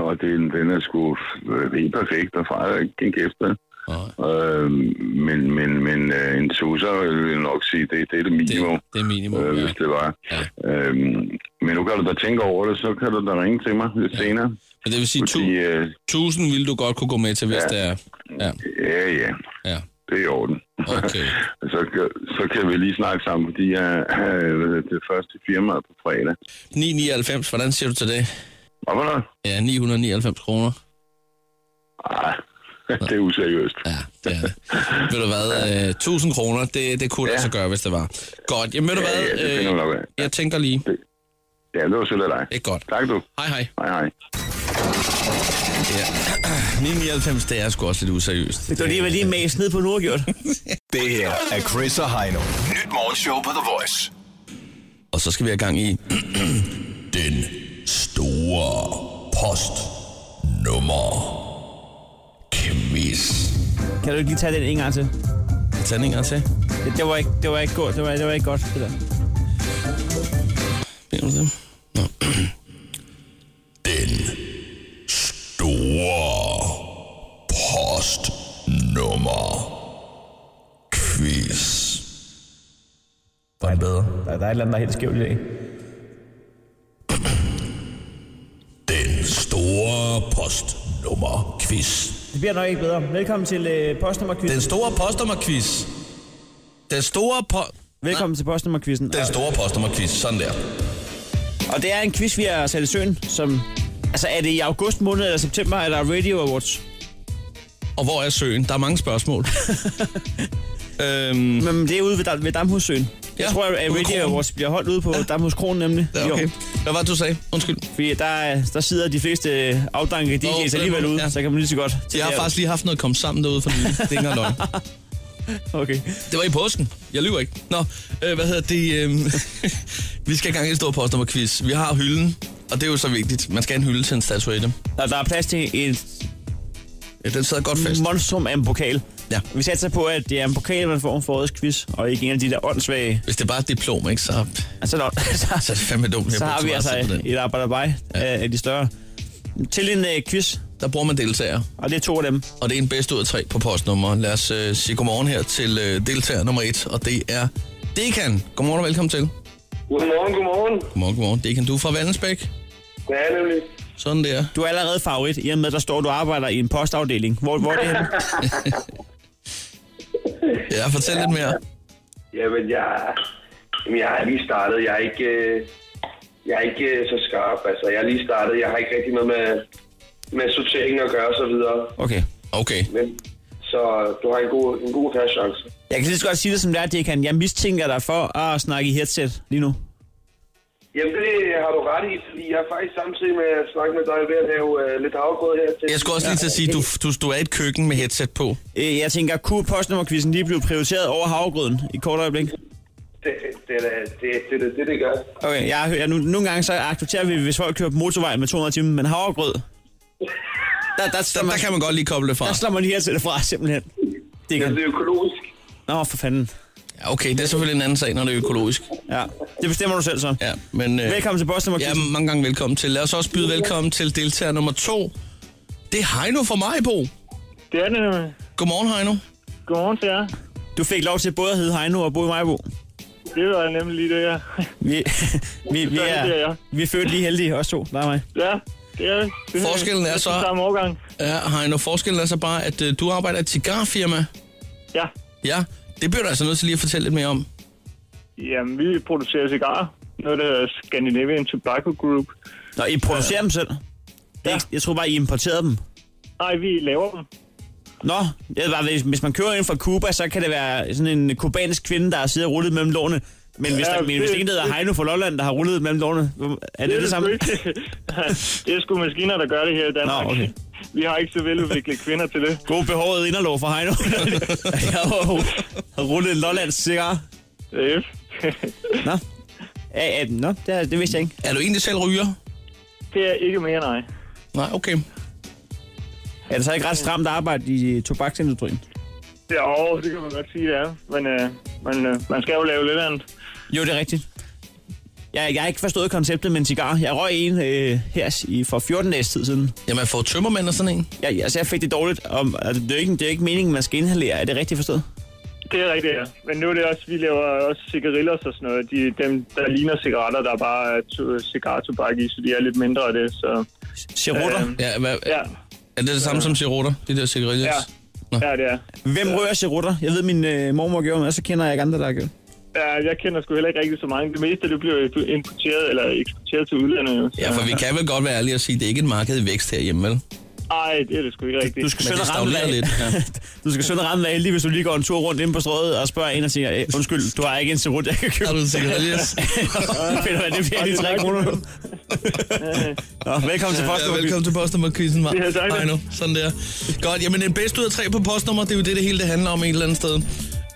Speaker 9: og den, den er sgu øh, helt perfekt, og fejrer ikke en kæft. vel?
Speaker 3: og
Speaker 9: Øh, men men, men øh, en tusser vil jeg nok sige, det, det er det
Speaker 3: det,
Speaker 9: minimum,
Speaker 3: det er
Speaker 9: det,
Speaker 3: minimum,
Speaker 9: øh,
Speaker 3: ja.
Speaker 9: hvis det var.
Speaker 3: Ja.
Speaker 9: Øh, men nu kan du da tænke over det, så kan du da ringe til mig lidt senere.
Speaker 3: Men det vil sige,
Speaker 9: Fordi,
Speaker 3: tu-
Speaker 9: øh,
Speaker 3: 1000 ville du godt kunne gå med til, hvis
Speaker 9: Ja.
Speaker 3: det er. Ja,
Speaker 9: ja, ja,
Speaker 3: ja.
Speaker 9: det er i orden.
Speaker 3: Okay.
Speaker 9: så, kan- så kan vi lige snakke sammen, fordi jeg øh, hvad hedder det første firma på fredag.
Speaker 3: 999, hvordan siger du til det?
Speaker 9: Og hvad der?
Speaker 3: Ja, 999 kroner.
Speaker 9: Ej, Ah, det er useriøst.
Speaker 3: Ja, det er det. Ved du hvad, øh, 1000 kroner, det, det kunne ja. det altså gøre, hvis det var. Godt, jamen ved du
Speaker 9: Ja,
Speaker 3: hvad, øh,
Speaker 9: ja, det finder vi nok af.
Speaker 3: jeg tænker lige.
Speaker 9: Ja, det var sødt af dig.
Speaker 3: Det er godt.
Speaker 9: Tak du.
Speaker 3: Hej hej.
Speaker 9: Hej hej.
Speaker 3: Ja. 99, det er sgu også lidt useriøst.
Speaker 4: Det var lige, hvad lige mast ned på Nordgjort.
Speaker 10: Det her er Chris og Heino. Nyt morgenshow på The Voice.
Speaker 3: Og så skal vi have gang i den store post nummer quiz.
Speaker 4: Kan du ikke lige tage den en gang til?
Speaker 3: Tandinger til.
Speaker 4: Det, det var ikke, det var ikke, godt, det var, det var ikke godt, det der.
Speaker 3: Mener du det? Nå. Den store post nummer quiz. Var den bedre?
Speaker 4: Der, der er et eller andet, der er helt skævt i dag.
Speaker 3: Den store postnummer quiz.
Speaker 4: Det bliver nok ikke bedre. Velkommen til øh, postnummerquiz.
Speaker 3: Den store postnummerquiz. Den store po-
Speaker 4: Velkommen til postnummerquizzen.
Speaker 3: den store postnummerquiz. Sådan der.
Speaker 4: Og det er en quiz, vi har sat i søen, som... Altså, er det i august måned eller september, er der Radio Awards?
Speaker 3: Og hvor er søen? Der er mange spørgsmål. øhm,
Speaker 4: Men det er ude ved, Dam- ved Damhussøen. Jeg
Speaker 3: Ja,
Speaker 4: tror, at
Speaker 3: ude
Speaker 4: Radio
Speaker 3: ved kroen.
Speaker 4: Awards bliver holdt ude på ja. Damhuskronen nemlig.
Speaker 3: ja, okay. Hvad var det, du sagde? Undskyld.
Speaker 4: Fordi der, er- der sidder de fleste øh, afdankede
Speaker 3: Nå, på
Speaker 4: DJ's
Speaker 3: den
Speaker 4: alligevel
Speaker 3: måde,
Speaker 4: ude,
Speaker 3: ja.
Speaker 4: ja. så kan man lige så godt... til
Speaker 3: Jeg har
Speaker 4: der-
Speaker 3: faktisk lige haft noget kommet sammen derude for nylig. Det er ikke engang løgn.
Speaker 4: Okay.
Speaker 3: Det var i påsken. Jeg lyver ikke. Nå, øh, hvad hedder det? Øh, vi skal i gang i en stor postnummerquiz. Vi har hylden, og det er jo så vigtigt. Man skal have en hylde til en statuette.
Speaker 4: Der, der er plads til et
Speaker 3: Ja, den sidder godt fast.
Speaker 4: monstrum af en pokal.
Speaker 3: Ja.
Speaker 4: Vi satser på, at det er en pokal, man får for årets quiz, og ikke en af de der åndssvage...
Speaker 3: Hvis det er bare et diplom, ikke, så,
Speaker 4: Altså, der, så,
Speaker 3: så er det fandme dumt. Jeg
Speaker 4: så
Speaker 3: brugte
Speaker 4: har vi
Speaker 3: meget
Speaker 4: altså
Speaker 3: tid på den.
Speaker 4: et arbejderbej ja. af de større. Til en uh, quiz,
Speaker 3: der bruger man deltagere.
Speaker 4: Og det er to af dem.
Speaker 3: Og det er en bedst ud af tre på postnummer. Lad os øh, sige godmorgen her til øh, deltager nummer et, og det er Dekan. Godmorgen og velkommen til.
Speaker 5: Godmorgen, godmorgen.
Speaker 3: Godmorgen, godmorgen. Dekan, du er fra Vandensbæk.
Speaker 5: Ja, nemlig.
Speaker 3: Sådan der.
Speaker 4: Du er allerede favorit, i og med, der står, du arbejder i en postafdeling. Hvor, hvor er det henne?
Speaker 3: Ja, fortæl lidt mere.
Speaker 5: Jamen, jeg, jamen, jeg er lige startet. Jeg er ikke, øh, jeg er ikke øh, så skarp. Altså, jeg er lige startet. Jeg har ikke rigtig noget med, med sorteringen at gøre og så videre.
Speaker 4: Okay.
Speaker 3: Okay.
Speaker 5: Men, så du har en god, en god færre chance.
Speaker 4: Jeg kan lige så godt sige det, som det er, Dekan. Jeg mistænker dig for at snakke i headset lige nu.
Speaker 5: Jamen, det har du ret i, fordi jeg er faktisk samtidig med at snakke med dig ved at lave øh, lidt havgrød her til.
Speaker 3: Jeg skulle også lige til at sige, du, du, du er i et køkken med headset på.
Speaker 4: Øh, Jeg tænker, kunne postnummerquizzen lige blive prioriteret over havgrøden i et kort øjeblik?
Speaker 5: Det, det, er da- det, det, det, det, det gør.
Speaker 4: Okay, jeg, har hørt- jeg, nu, nogle gange så accepterer vi, hvis folk kører på motorvejen med 200 timer, men havregrød, der, der,
Speaker 3: Der,
Speaker 4: slår man,
Speaker 3: der kan man godt lige koble det fra.
Speaker 4: der slår man lige til det fra, simpelthen. Det
Speaker 5: Jamen,
Speaker 4: kan.
Speaker 5: det er økologisk.
Speaker 4: Nå, for fanden.
Speaker 3: Ja, okay, det er selvfølgelig en anden sag, når det er økologisk.
Speaker 4: Ja, det bestemmer du selv så.
Speaker 3: Ja, men... Øh,
Speaker 4: Velkommen til
Speaker 3: Ja,
Speaker 4: postnummerquizzen.
Speaker 3: mange gange velkommen til. Lad os også byde velkommen til deltager nummer to. Det er Heino fra Majbo.
Speaker 11: Det er det nemlig.
Speaker 3: Godmorgen, Heino.
Speaker 11: Godmorgen til jer.
Speaker 4: Du fik lov til både at hedde Heino og bo i Majbo.
Speaker 11: Det var nemlig lige det, ja.
Speaker 4: Vi, vi, vi,
Speaker 11: Sådan der,
Speaker 4: er,
Speaker 11: ja.
Speaker 4: vi er født lige heldige, os to. Der er mig.
Speaker 11: Ja, det er det. det.
Speaker 3: Forskellen er
Speaker 11: næsten
Speaker 3: så-
Speaker 11: Samme årgang.
Speaker 3: Ja, Heino, forskellen er så bare, at øh, du arbejder i et cigarfirma.
Speaker 11: Ja.
Speaker 3: Ja, det bliver du altså nødt til lige at fortælle lidt mere om.
Speaker 11: Jamen, vi producerer cigarer. Noget, der hedder Scandinavian Tobacco Group.
Speaker 4: Nå, I producerer dem selv? Det er ikke, jeg tror bare, I importerede dem.
Speaker 11: Nej, vi laver dem.
Speaker 4: Nå, jeg ved bare, hvis, hvis man kører ind fra Cuba, så kan det være sådan en kubansk kvinde, der har siddet og rullet mellem lårene. Men hvis,
Speaker 11: Ja,
Speaker 4: der, men hvis
Speaker 11: det-
Speaker 4: det ikke hedder Heino fra Lolland, der har rullet mellem lårene, er det det, det samme?
Speaker 11: sgu ikke- det er sgu maskiner, der gør det her i Danmark.
Speaker 4: Nå, okay.
Speaker 11: Vi har ikke så veludviklede kvinder til det.
Speaker 4: God behåret inderlov fra Heino. jeg har rullet en Lollands cigar.
Speaker 11: Øh.
Speaker 4: Nå. Ja, ja, nå, det, er- det vidste jeg ikke.
Speaker 3: Er du egentlig selv ryger?
Speaker 11: det er ikke mere, nej.
Speaker 3: Nej, okay.
Speaker 4: Er det så ikke ret stramt arbejde i tobaksindustrien?
Speaker 11: Jo, det kan man godt sige, det er. Men øh, man, øh, man skal jo lave lidt andet.
Speaker 4: Jo, det er rigtigt. Jeg, jeg har ikke forstået konceptet med en cigar. Jeg røg en øh, her i, for 14 dages tid siden.
Speaker 3: Jamen, jeg får tømmermænd og sådan en.
Speaker 4: Jeg, jeg, altså, jeg fik det dårligt. Om, altså, det, er jo ikke, det er jo ikke meningen, man skal inhalere. Er det rigtigt forstået?
Speaker 11: Det er rigtigt, ja. Men nu er det også, vi laver også cigarillos og sådan noget. De, dem, der ligner cigaretter, der er bare er to- cigartobak i, så de er lidt mindre af det. Så,
Speaker 4: Cherutter?
Speaker 11: Øhm.
Speaker 3: Ja, hvad,
Speaker 11: ja,
Speaker 3: er det det samme som cigarotter? De der cigarillos?
Speaker 11: ja. Ja, det er.
Speaker 4: Hvem rører cherutter? Jeg ved, min øh, mormor gjorde, men så kender jeg ikke andre, der har gjort.
Speaker 11: Ja, jeg kender sgu heller ikke rigtig så mange. Det meste, det bliver jo importeret eller eksporteret til udlandet. jo. Så,
Speaker 3: Ja, for vi kan vel godt være ærlige og sige, at det er ikke et marked i vækst herhjemme, vel?
Speaker 11: Ej, det er det sgu ikke rigtigt.
Speaker 4: Du skal
Speaker 3: Men
Speaker 4: sønde
Speaker 3: det
Speaker 4: ramme
Speaker 3: stagnerer
Speaker 4: af.
Speaker 3: lidt. Ja.
Speaker 4: Du skal sønde ramme af heldig, hvis du lige går en tur rundt inde på strøget og spørger en og siger, "Øh, undskyld, du har ikke en serut, jeg kan købe.
Speaker 3: Har du en cigarillos?
Speaker 4: Finder man, det bliver lige 3 kroner. Nå, velkommen til
Speaker 3: Ja,
Speaker 4: Postnummer.
Speaker 3: velkommen til postnummerquizzen, Mark.
Speaker 11: Ja, tak.
Speaker 3: Hej nu. Sådan der. Godt, jamen en bedst ud af tre på postnummer, det er jo det, det hele det handler om et eller andet sted.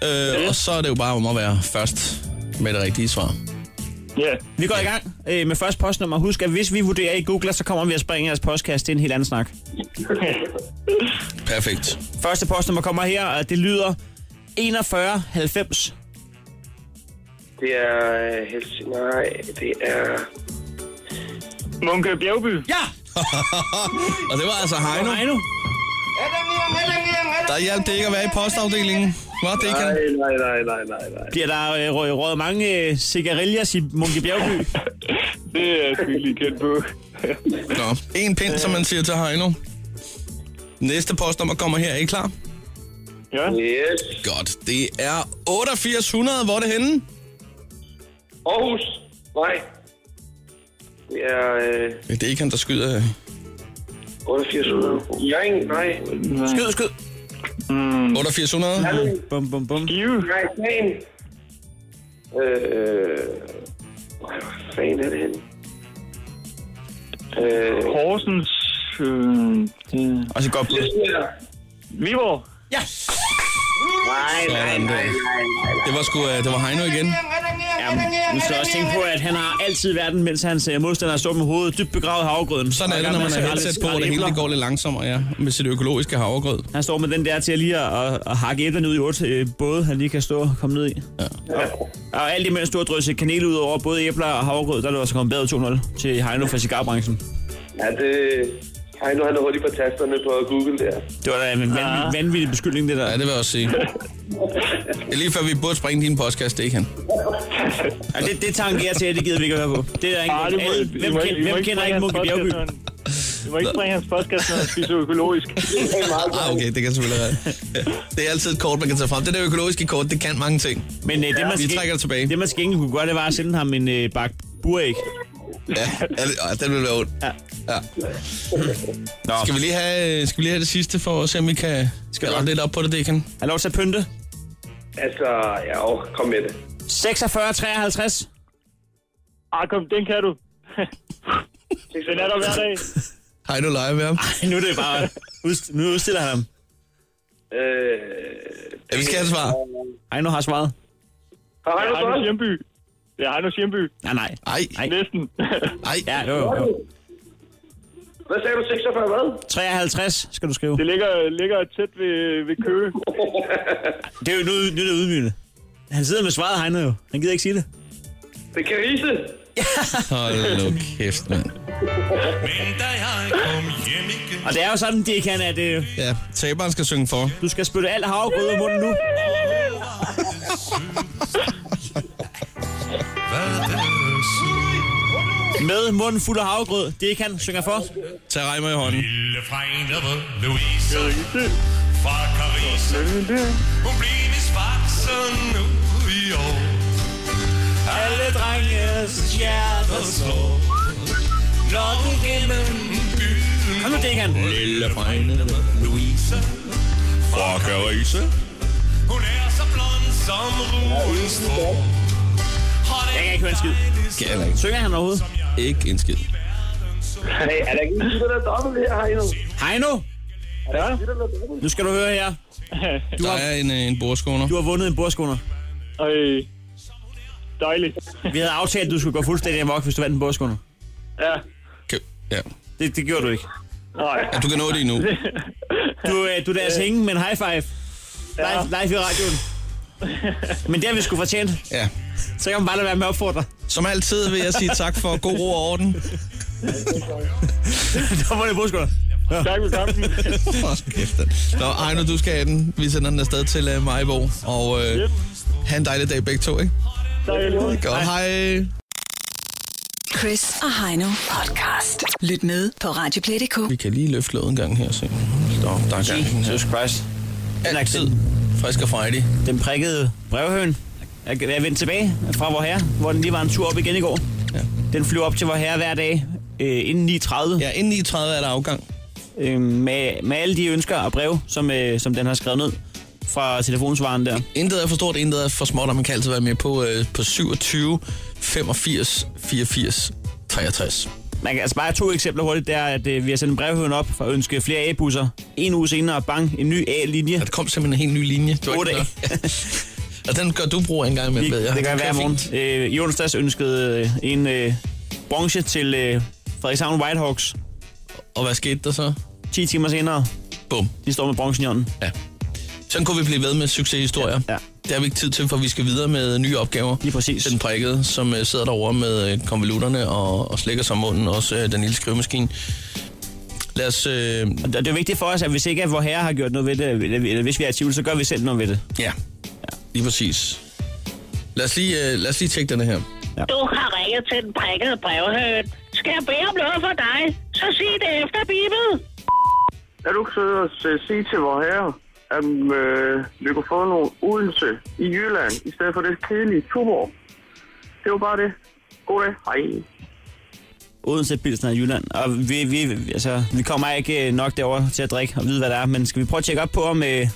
Speaker 3: Øh, og så er det jo bare om at være først med det rigtige svar.
Speaker 11: Ja,
Speaker 4: Vi går i gang øh, med første postnummer. Husk, at hvis vi vurderer i Google, så kommer vi at springe jeres podcast. Det er en helt anden snak.
Speaker 3: Perfekt.
Speaker 4: Første postnummer kommer her, og det lyder 4190.
Speaker 5: Det er... øh, Hels... Nej, det er...
Speaker 11: Munke Bjergby.
Speaker 4: Ja!
Speaker 3: Og det var altså Heino.
Speaker 4: Nej nu.
Speaker 3: Der hjalp det ikke at være i postafdelingen. Var det
Speaker 5: Nej,
Speaker 3: ikke?
Speaker 5: nej, nej, nej, nej, nej.
Speaker 4: Bliver der øh, rø- røget mange øh, cigarillas i Munke Bjergby?
Speaker 11: Det er jeg sgu ikke lige kendt på.
Speaker 3: Nå. En pind, som man siger til Heino. Næste postnummer kommer her. Er I klar?
Speaker 11: Ja,
Speaker 5: Yes.
Speaker 3: Godt. Det er 8800. Hvor er det henne?
Speaker 5: Aarhus. Nej. Det er... Øh,
Speaker 3: Det er ikke han, der skyder.
Speaker 5: 8800. Jørgen. Nej.
Speaker 4: Skyd, skyd.
Speaker 5: Mm.
Speaker 3: 8800?
Speaker 4: Bum, bum, bum.
Speaker 11: Give.
Speaker 5: Nej, Skagen. Øh... Hvor fanden er det henne? Øh...
Speaker 11: Horsens. Øh, det-
Speaker 4: Og så godt blod.
Speaker 11: Viborg.
Speaker 5: Nej, nej,
Speaker 3: Sådan
Speaker 5: nej,
Speaker 3: der.
Speaker 5: nej, nej.
Speaker 3: Det var sgu, øh, det var Heino igen.
Speaker 4: Jamen, vi skal også tænke på, at han har altid været den, mens hans øh, modstander står med hovedet dybt begravet i havgrøden.
Speaker 3: Sådan er det, når man har headset på, og det hele det går lidt langsommere, ja. Med sit økologiske havregrød.
Speaker 4: Han står med den der til lige at, at, at hakke æblerne ud i otte øh, både, han lige kan stå og komme ned i. Ja. Og, og alt imens du har drysset kanel ud over både æbler og havregrød, der er du altså kommet bedre 2-0 til Heino fra cigarbranchen.
Speaker 5: Ja, det... Ej, nu har han hurtigt på tasterne på Google der.
Speaker 4: Det var da en vanvittig, vanvittig beskyldning, det der.
Speaker 3: Ja, det vil jeg også sige. Det er Lige før vi burde springe din podcast, det er ikke han.
Speaker 4: Ja, det, det tangerer til, at det gider vi ikke at høre på. Det er der ingen...
Speaker 11: Ah, det må,
Speaker 4: alle,
Speaker 11: I
Speaker 4: hvem,
Speaker 11: må-
Speaker 4: kend,
Speaker 11: I må
Speaker 4: hvem
Speaker 11: ikke
Speaker 4: kender
Speaker 11: bringe
Speaker 4: ikke
Speaker 11: hans podcast,
Speaker 4: Munke Bjergby?
Speaker 11: når han- I må ikke bringe hans podcast, når han spiser økologisk.
Speaker 3: Ah, okay, det kan selvfølgelig være. Det er altid et kort, man kan tage frem. Det der økologiske kort, det kan mange ting.
Speaker 4: Men øh, det, man
Speaker 3: vi
Speaker 4: skal,
Speaker 3: trækker det tilbage.
Speaker 4: Det, man skal ikke kunne gøre, det var at sende ham en øh, bak buræg.
Speaker 3: Ja, er det- ah, den vil være ondt.
Speaker 4: Ja.
Speaker 3: Ja.
Speaker 4: Nå,
Speaker 3: Skal vi lige have, øh, skal vi lige have det sidste for at se, om vi kan skal rette lidt op på det, Dekan?
Speaker 4: har lov til at pynte?
Speaker 5: Altså, ja, åh, kom med det.
Speaker 4: 46, 53.
Speaker 11: Ah, kom, den kan du. den er der hver dag.
Speaker 3: Hej, nu leger vi ham.
Speaker 4: Ej, nu er det bare... Udst- nu udstiller han ham.
Speaker 5: Øh,
Speaker 3: Ja, vi skal have et svar.
Speaker 4: Ej, nu har jeg svaret.
Speaker 5: har
Speaker 11: Det
Speaker 5: han
Speaker 11: er Heino
Speaker 5: noget
Speaker 11: Sjemby. Det er Heino Sjemby.
Speaker 4: Nej, nej.
Speaker 3: Ej,
Speaker 4: Ej.
Speaker 11: Næsten.
Speaker 3: ej.
Speaker 4: Ja, jo, jo, jo.
Speaker 5: Hvad sagde du, 46 hvad?
Speaker 4: 53 skal du skrive.
Speaker 11: Det ligger, ligger tæt ved, ved Køge.
Speaker 4: Det er jo nu, nu er det udmygende. Han sidder med svaret, Heino jo. Han gider ikke sige det.
Speaker 5: Det er Karise.
Speaker 3: Hold nu kæft, mand.
Speaker 4: Og det er jo sådan, det kan, at øh,
Speaker 3: Ja, taberen skal synge for.
Speaker 4: du skal spytte alt havregrød i munden nu. Med munden fuld af havregrød. Det kan synger for.
Speaker 3: Tag Reimer i hånden.
Speaker 12: Lille fregnede Louise
Speaker 11: Karise.
Speaker 12: fra Carise. Hun blev vist så nu i år.
Speaker 4: Alle drenges hjerter slår.
Speaker 12: Klokken gennem byen.
Speaker 4: Kom nu, det kan.
Speaker 12: Lille fregnede Louise fra Carise. Hun er så blond som rugen strå.
Speaker 4: Jeg kan ikke høre en skid.
Speaker 3: Skal jeg ikke.
Speaker 4: Synger han overhovedet?
Speaker 3: Ikke en skid.
Speaker 5: Hey, er der ikke en lille, der er dobbelt her, Heino?
Speaker 4: Heino,
Speaker 11: Ja,
Speaker 5: Er der en lille, der er dobbelt?
Speaker 4: nu skal du høre her.
Speaker 3: Der er en, øh, en bordskåner.
Speaker 4: Du har vundet en bordskoner.
Speaker 11: og dejligt.
Speaker 4: Vi havde aftalt, at du skulle gå fuldstændig amok, hvis du vandt en bordskoner.
Speaker 11: Ja,
Speaker 3: Kan, ja.
Speaker 4: Det, det gjorde du ikke.
Speaker 11: nej.
Speaker 3: ja, du kan nå det endnu.
Speaker 4: Du, øh, du er deres hænge med en high five. Live, live i radioen. Men det har vi sgu fortjent.
Speaker 3: Ja.
Speaker 4: Så kan man bare lade være med at opfordre.
Speaker 3: Som altid vil jeg sige tak for god ro og orden.
Speaker 4: Der var det bordskoner.
Speaker 11: Tak for kampen.
Speaker 3: Hold kæft. da. Nå, Ejner, du skal have den. Vi sender den afsted til uh, Majbo. Og øh, have en dejlig dag begge to, ikke?
Speaker 11: Tak, i lige måde.
Speaker 3: Godt, hej.
Speaker 2: Chris og Heino podcast. Lyt med på Radioplay.dk.
Speaker 3: Vi kan lige løfte låget en gang her, så. Nå, der er gang i den her.
Speaker 4: Christ.
Speaker 3: Altid frisk og Friday.
Speaker 4: Den prikkede brevhøen er er vendt tilbage fra vor herre, hvor den lige var en tur op igen i går.
Speaker 3: Ja.
Speaker 4: Den flyver op til vor herre hver dag øh, inden 9.30
Speaker 3: Ja, inden i 30 er der afgang.
Speaker 4: øh, med, med alle de ønsker og brev, som, øh, som den har skrevet ned fra telefonsvaren der.
Speaker 3: Intet er for stort, intet er for småt, og man kan altid være med på, øh, på 27, 85, 84, 63.
Speaker 4: Man kan altså bare to eksempler hurtigt, der at øh, vi har sendt en brevhøen op for at ønske flere A-busser. En uge senere, bang, en ny A-linje.
Speaker 3: Ja, der kom simpelthen en helt ny linje. Det var
Speaker 4: Otte
Speaker 3: ikke
Speaker 4: af.
Speaker 3: noget. og den gør du brug af en gang imellem, ved jeg.
Speaker 4: Det gør jeg
Speaker 3: kører
Speaker 4: hver morgen.
Speaker 3: fint.
Speaker 4: Øh, I onsdags ønskede øh, en øh, bronze til øh, Frederikshavn Whitehawks.
Speaker 3: Og hvad skete der så?
Speaker 4: 10 timer senere,
Speaker 3: Bum.
Speaker 4: de står med bronzen i hånden.
Speaker 3: Ja. Sådan kunne vi blive ved med succeshistorier.
Speaker 4: Ja, ja.
Speaker 3: Det har vi ikke tid til, for vi skal videre med nye opgaver.
Speaker 4: Lige præcis.
Speaker 3: Til den prikkede, som øh, sidder derovre med øh, konvolutterne og, og slikker sig om munden. Også øh, den lille skrivemaskine. Lad os... Øh,
Speaker 4: Og det er jo vigtigt for os, at hvis ikke at vor herre har gjort noget ved det, eller, eller hvis vi er i tvivl, så gør vi selv noget ved det.
Speaker 3: ja. Lige præcis. Lad os lige, øh, lad os lige tjekke den her.
Speaker 6: Du har ringet til den prikkede brevhøn. Skal jeg bede om noget for dig, så sig det efter, Bibel.
Speaker 5: Er du ikke sød at øh, sige til vores herre, at øh, vi kunne få nogle Odense i Jylland, i stedet for det kedelige Tuborg? Det var bare det. God dag. Hej.
Speaker 4: Odense, Pilsner og Jylland. Og vi, vi, altså, vi kommer ikke øh, nok derover til at drikke og vide, hvad der er. Men skal vi prøve at tjekke op på, om... Øh,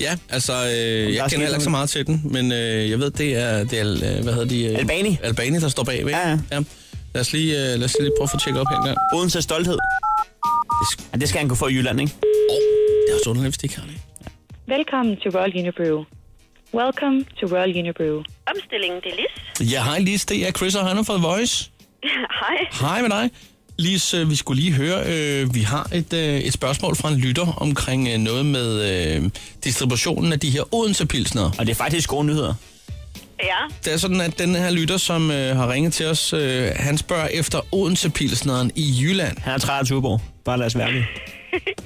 Speaker 3: Ja, altså, øh, jeg
Speaker 4: sket
Speaker 3: kender heller ikke så
Speaker 4: noget?
Speaker 3: meget til den, men øh, jeg ved, det er, det er øh, hvad hedder de? Øh,
Speaker 4: Albani.
Speaker 3: Albani, der står bagved.
Speaker 4: Ja, ja.
Speaker 3: Lad os lige, øh, lad os lige prøve at få tjekket op her engang.
Speaker 4: Odense stolthed. Ja, det skal han kunne få i Jylland, ikke?
Speaker 3: Det er også underligt, hvis de ikke har det.
Speaker 13: Velkommen til Royal Unibrew. Welcome to Royal Unibrew.
Speaker 6: Omstillingen, det er Lis.
Speaker 3: Ja, hej Lise, det er Chris og Hanna fra The Voice.
Speaker 6: Hej.
Speaker 3: Hej med dig. Lise, øh, vi skulle lige høre, øh, vi har et, øh, et spørgsmål fra en lytter omkring øh, noget med øh, distributionen af de her Odense-pilsnere.
Speaker 4: Og det er faktisk gode nyheder.
Speaker 14: Ja.
Speaker 3: Det er sådan, at den her lytter, som øh, har ringet til os, øh, han spørger efter Odense-pilsneren i Jylland.
Speaker 4: Han er træt af Tuborg. Bare lad os være det.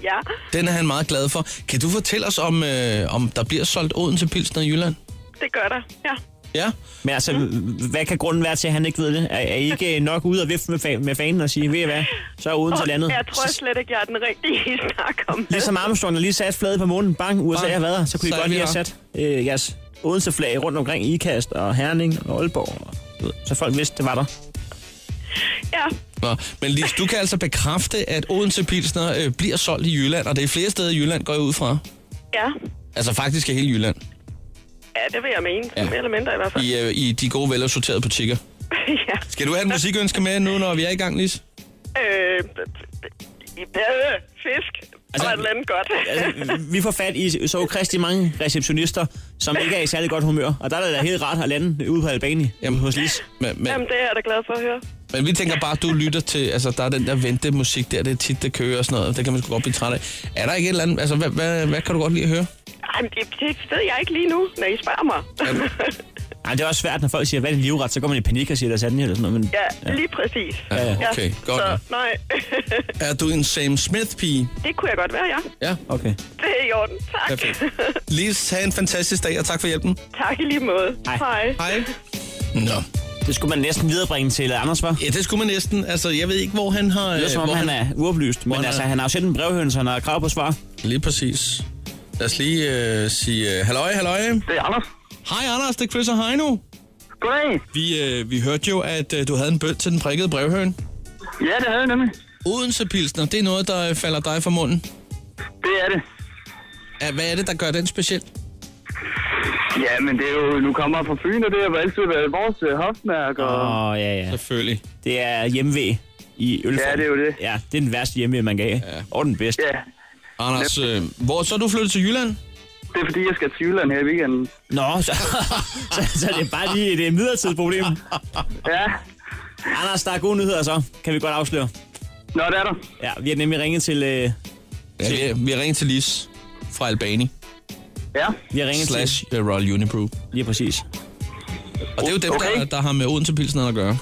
Speaker 14: ja.
Speaker 3: Den er han meget glad for. Kan du fortælle os, om, øh, om der bliver solgt Odense-pilsner i Jylland?
Speaker 14: Det gør der, ja.
Speaker 3: Ja.
Speaker 4: Men altså,
Speaker 14: Mm.
Speaker 4: hvad kan grunden være til, at han ikke ved det? Er, er I ikke øh, nok ude og vifte med, fa- med fanen og sige, ved I hvad, så er uden til
Speaker 14: Og
Speaker 4: landet.
Speaker 14: Jeg tror slet ikke, jeg er den rigtige i snak om det.
Speaker 4: Ligesom Armstrong, der lige satte flaget på månen, bang, USA
Speaker 14: Bang.
Speaker 4: har været her, så kunne I
Speaker 14: Så er
Speaker 4: godt
Speaker 14: vi
Speaker 4: lige have
Speaker 14: her.
Speaker 4: sat øh, jeres Odense-flag rundt omkring Ikast og Herning og Aalborg, og, du ved, så folk vidste, det var der.
Speaker 3: Nå, men Lis, du kan altså bekræfte, at Odense-pilsner øh, bliver solgt i Jylland, og det er flere steder i Jylland, går jeg ud fra.
Speaker 14: Ja.
Speaker 3: Altså faktisk er hele Jylland.
Speaker 14: ja, det vil jeg mene. Ja. Mere eller mindre i hvert fald.
Speaker 3: I, øh, I de gode, velsorterede butikker.
Speaker 14: ja.
Speaker 3: Skal du have et musikønske med nu, når vi er i gang, Lis?
Speaker 14: Øh, i bade, fisk altså, og et eller andet godt.
Speaker 4: altså, vi får fat i så kristi mange receptionister, som ikke er i særlig godt humør. Og der er det da helt rart at lande ude på Albani Jamen. hos Lis.
Speaker 3: Men, men,
Speaker 14: Jamen, det er jeg da glad for at høre.
Speaker 3: men vi tænker bare, at du lytter til, altså der er den der ventemusik der, det er tit, det kører og sådan noget, det kan man sgu godt blive træt af. Er der ikke et eller andet, altså hvad, hvad, hvad kan du godt lide at høre?
Speaker 14: Ej, men det, det ved jeg ikke lige nu, når I spørger mig.
Speaker 4: Ej, det er også svært, når folk siger, hvad er din livret? Så går man i panik og siger, der er sandhed eller sådan noget. Men,
Speaker 14: ja, lige præcis.
Speaker 4: Ja, ja, okay, godt.
Speaker 14: Så, nej,
Speaker 3: Er du en Sam Smith-pige?
Speaker 14: det kunne jeg godt være, ja.
Speaker 3: Ja.
Speaker 4: Okay.
Speaker 14: Det er i orden. Tak.
Speaker 3: Perfekt. Lis, have en fantastisk dag, og tak for hjælpen.
Speaker 14: tak i lige måde. Hej.
Speaker 3: Hej. Nå.
Speaker 4: Det skulle man næsten viderebringe til øh, Anders, var?
Speaker 3: Ja, det skulle man næsten. Altså, jeg ved ikke, hvor han har... øh,
Speaker 4: Det lyder som om,
Speaker 3: hvor
Speaker 4: han er uoplyst, men
Speaker 3: han
Speaker 4: altså,
Speaker 3: er-
Speaker 4: han har jo sendt en brevhøn, så han har krav på svar.
Speaker 3: Lige præcis. Lad os lige øh, sige øh, halløj, halløj. Det er Anders. Hej Anders, det er Chris og Heino. Goddag. Vi, øh, vi hørte jo, at øh, du havde en bønd til den prikkede brevhøn. Ja, det havde jeg nemlig. Odense Pilsner, det er noget, der øh, falder dig for munden. Det er det. Ja, hvad er det, der gør den speciel?
Speaker 15: Ja, men det er jo, nu kommer jeg fra Fyn, og det har jo altid været vores øh, hofmærke. Og...
Speaker 4: Åh, oh, ja, ja.
Speaker 3: Selvfølgelig.
Speaker 4: Det er hjemmevæg i ølform.
Speaker 15: Ja, det er jo det.
Speaker 4: Ja, det er den værste hjemmevæg, man gav. Ja. Og den bedste.
Speaker 15: Ja.
Speaker 3: Anders, øh, hvor så er du flyttet til Jylland?
Speaker 15: Det er fordi, jeg skal til Jylland her i weekenden.
Speaker 4: Nå, så, så, så det er bare lige det er et midlertidigt problem.
Speaker 15: Ja.
Speaker 4: Anders, der er gode nyheder så, kan vi godt afsløre.
Speaker 15: Nå, det er der.
Speaker 4: Ja, vi har nemlig ringet til... Øh,
Speaker 3: Ja, vi, har- vi har ringet til Lis fra Albani.
Speaker 15: Ja.
Speaker 4: Vi har ringet
Speaker 3: Slash til... Royal Unibrew.
Speaker 4: Lige præcis.
Speaker 3: Og det er jo dem, okay. der, der har med Odense Pilsen at gøre.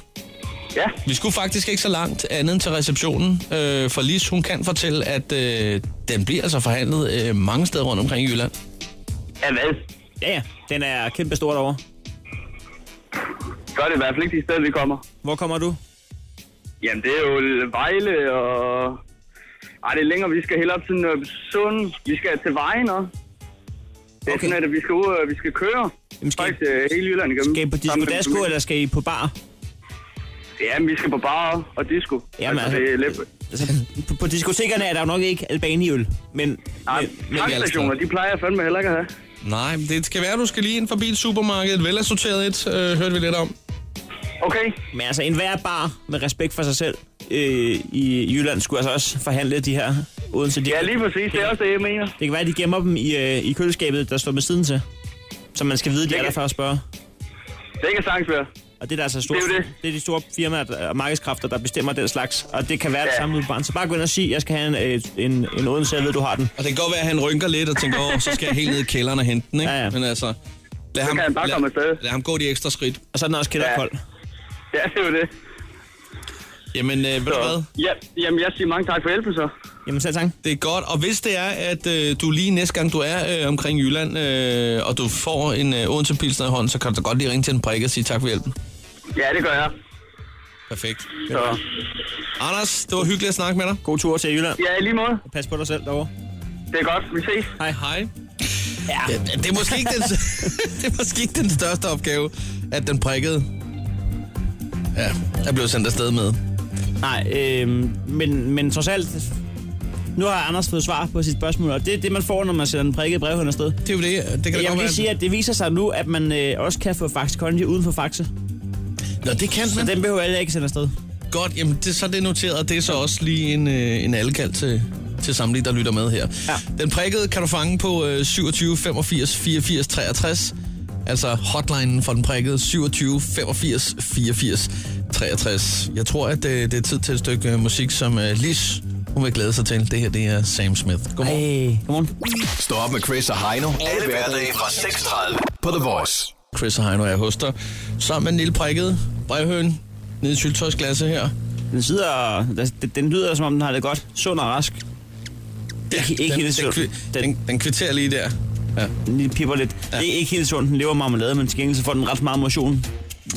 Speaker 15: Ja.
Speaker 3: Vi skulle faktisk ikke så langt andet end til receptionen, øh, for Lis, hun kan fortælle, at øh, den bliver altså forhandlet øh, mange steder rundt omkring i Jylland.
Speaker 15: Ja, hvad?
Speaker 4: Ja, ja. Den er kæmpe stor derovre.
Speaker 15: Så er det i hvert fald ikke de steder, vi kommer.
Speaker 4: Hvor kommer du?
Speaker 15: Jamen, det er jo Vejle og... Ej, det er længere. Vi skal helt op til Nørresund. Vi skal til vejen også. Det er okay. sådan, at vi skal, ud, øh, vi skal køre.
Speaker 4: Jamen, skal
Speaker 15: Faktisk øh, hele Jylland igennem.
Speaker 4: Skal I på disco
Speaker 15: Sammen med
Speaker 4: dasko,
Speaker 15: familien.
Speaker 4: eller skal I på bar?
Speaker 15: Jamen, vi skal på bar og disco.
Speaker 4: Jamen,
Speaker 15: altså, det er lidt...
Speaker 4: Altså, på, på diskotekerne er der jo nok ikke albaniøl, men... Nej, men, men
Speaker 15: Tankstationer, de plejer jeg fandme heller ikke at have.
Speaker 3: Nej, men det skal være, at du skal lige ind forbi et supermarked, et velassorteret et, øh, hørte vi lidt om.
Speaker 15: Okay.
Speaker 4: Men altså, enhver bar med respekt for sig selv øh, i Jylland skulle altså også forhandle de her Odense. De, ja,
Speaker 15: lige præcis. Det er også det, jeg mener.
Speaker 4: Det kan være, at de gemmer dem i, øh, i køleskabet, der står med siden til. Så man skal vide, de er der for at spørge.
Speaker 15: Det kan sagtens være.
Speaker 4: Og det er der altså store,
Speaker 15: Det er jo det.
Speaker 4: det er de store firmaer der- og markedskræfter, der bestemmer den slags. Og det kan være ja. det samme ude på barn. Så bare gå ind og sig, jeg skal have en, øh, en, en Odense, jeg ved, du har den.
Speaker 3: Og det kan godt være, at han rynker lidt og tænker, åh, så skal jeg helt ned i kælderen og hente den, ikke? Ja, ja. Men altså, lad ham,
Speaker 15: han bare komme
Speaker 3: lad, lad ham gå de ekstra skridt.
Speaker 4: Og så er den også kælderkold. Ja.
Speaker 15: Ja, det er jo det.
Speaker 3: Jamen, øh, ved du hvad?
Speaker 15: Ja, jamen, jeg siger mange tak for hjælpen så.
Speaker 4: Jamen selv tak.
Speaker 3: Det er godt, og hvis det er, at øh, du lige næste gang, du er øh, omkring Jylland, øh, og du får en øh, Odense Pilsner i hånden, så kan du da godt lige ringe til en prik og sige tak for hjælpen.
Speaker 15: Ja, det gør jeg.
Speaker 3: Perfekt. Så. Anders, det var hyggeligt at snakke med dig.
Speaker 4: God tur til Jylland.
Speaker 15: Ja, i lige måde.
Speaker 4: Og pas på dig selv derovre.
Speaker 15: Det er godt. Vi ses.
Speaker 3: Hej. Hej.
Speaker 4: Ja.
Speaker 3: Det, det, er måske ikke den, det er måske ikke den største opgave, at den prikkede. Ja, er blevet sendt afsted med.
Speaker 4: Nej, øh, men, men trods alt, nu har Anders fået svar på sit spørgsmål, og det er det, man får, når man sender en prikket brevhøn afsted. Det
Speaker 3: er jo det. Det kan da
Speaker 4: Jeg
Speaker 3: godt
Speaker 4: vil
Speaker 3: være-
Speaker 4: lige sige, at det viser sig nu, at man øh, også kan få Faxe Kondi uden for Faxe.
Speaker 3: Nå, det kan
Speaker 4: Så den behøver alle ikke sende afsted.
Speaker 3: Godt, jamen det, så er det noteret, og det er så også lige en, øh, en alkald til, til samtlige, der lytter med her. Ja. Den prikkede kan du fange på øh, 27 85 84 63, altså hotlinen for den prikkede 27 85 84 63. Jeg tror, at øh, det er tid til et stykke øh, musik, som øh, Lis hun vil glæde sig til. Det her, det er Sam Smith. Godmorgen.
Speaker 4: Hey, godmorgen.
Speaker 10: Stå op med Chris og Heino. Alle hverdage fra 6.30 på The Voice.
Speaker 3: Chris og Heino er hos dig. Sammen med en lille prikket brevhøn nede i syltøjsglasset her.
Speaker 4: Den sidder... Den, den lyder, som om den har det godt. Sund og rask. Ja, ikke, ikke
Speaker 3: den-
Speaker 4: helt
Speaker 3: den
Speaker 4: sund. Den,
Speaker 3: den, den kvitterer lige der. Ja.
Speaker 4: Den lige pipper lidt. Ja. Det er ikke helt sundt. Den lever af marmelade, men til gengæld så får den ret meget motion.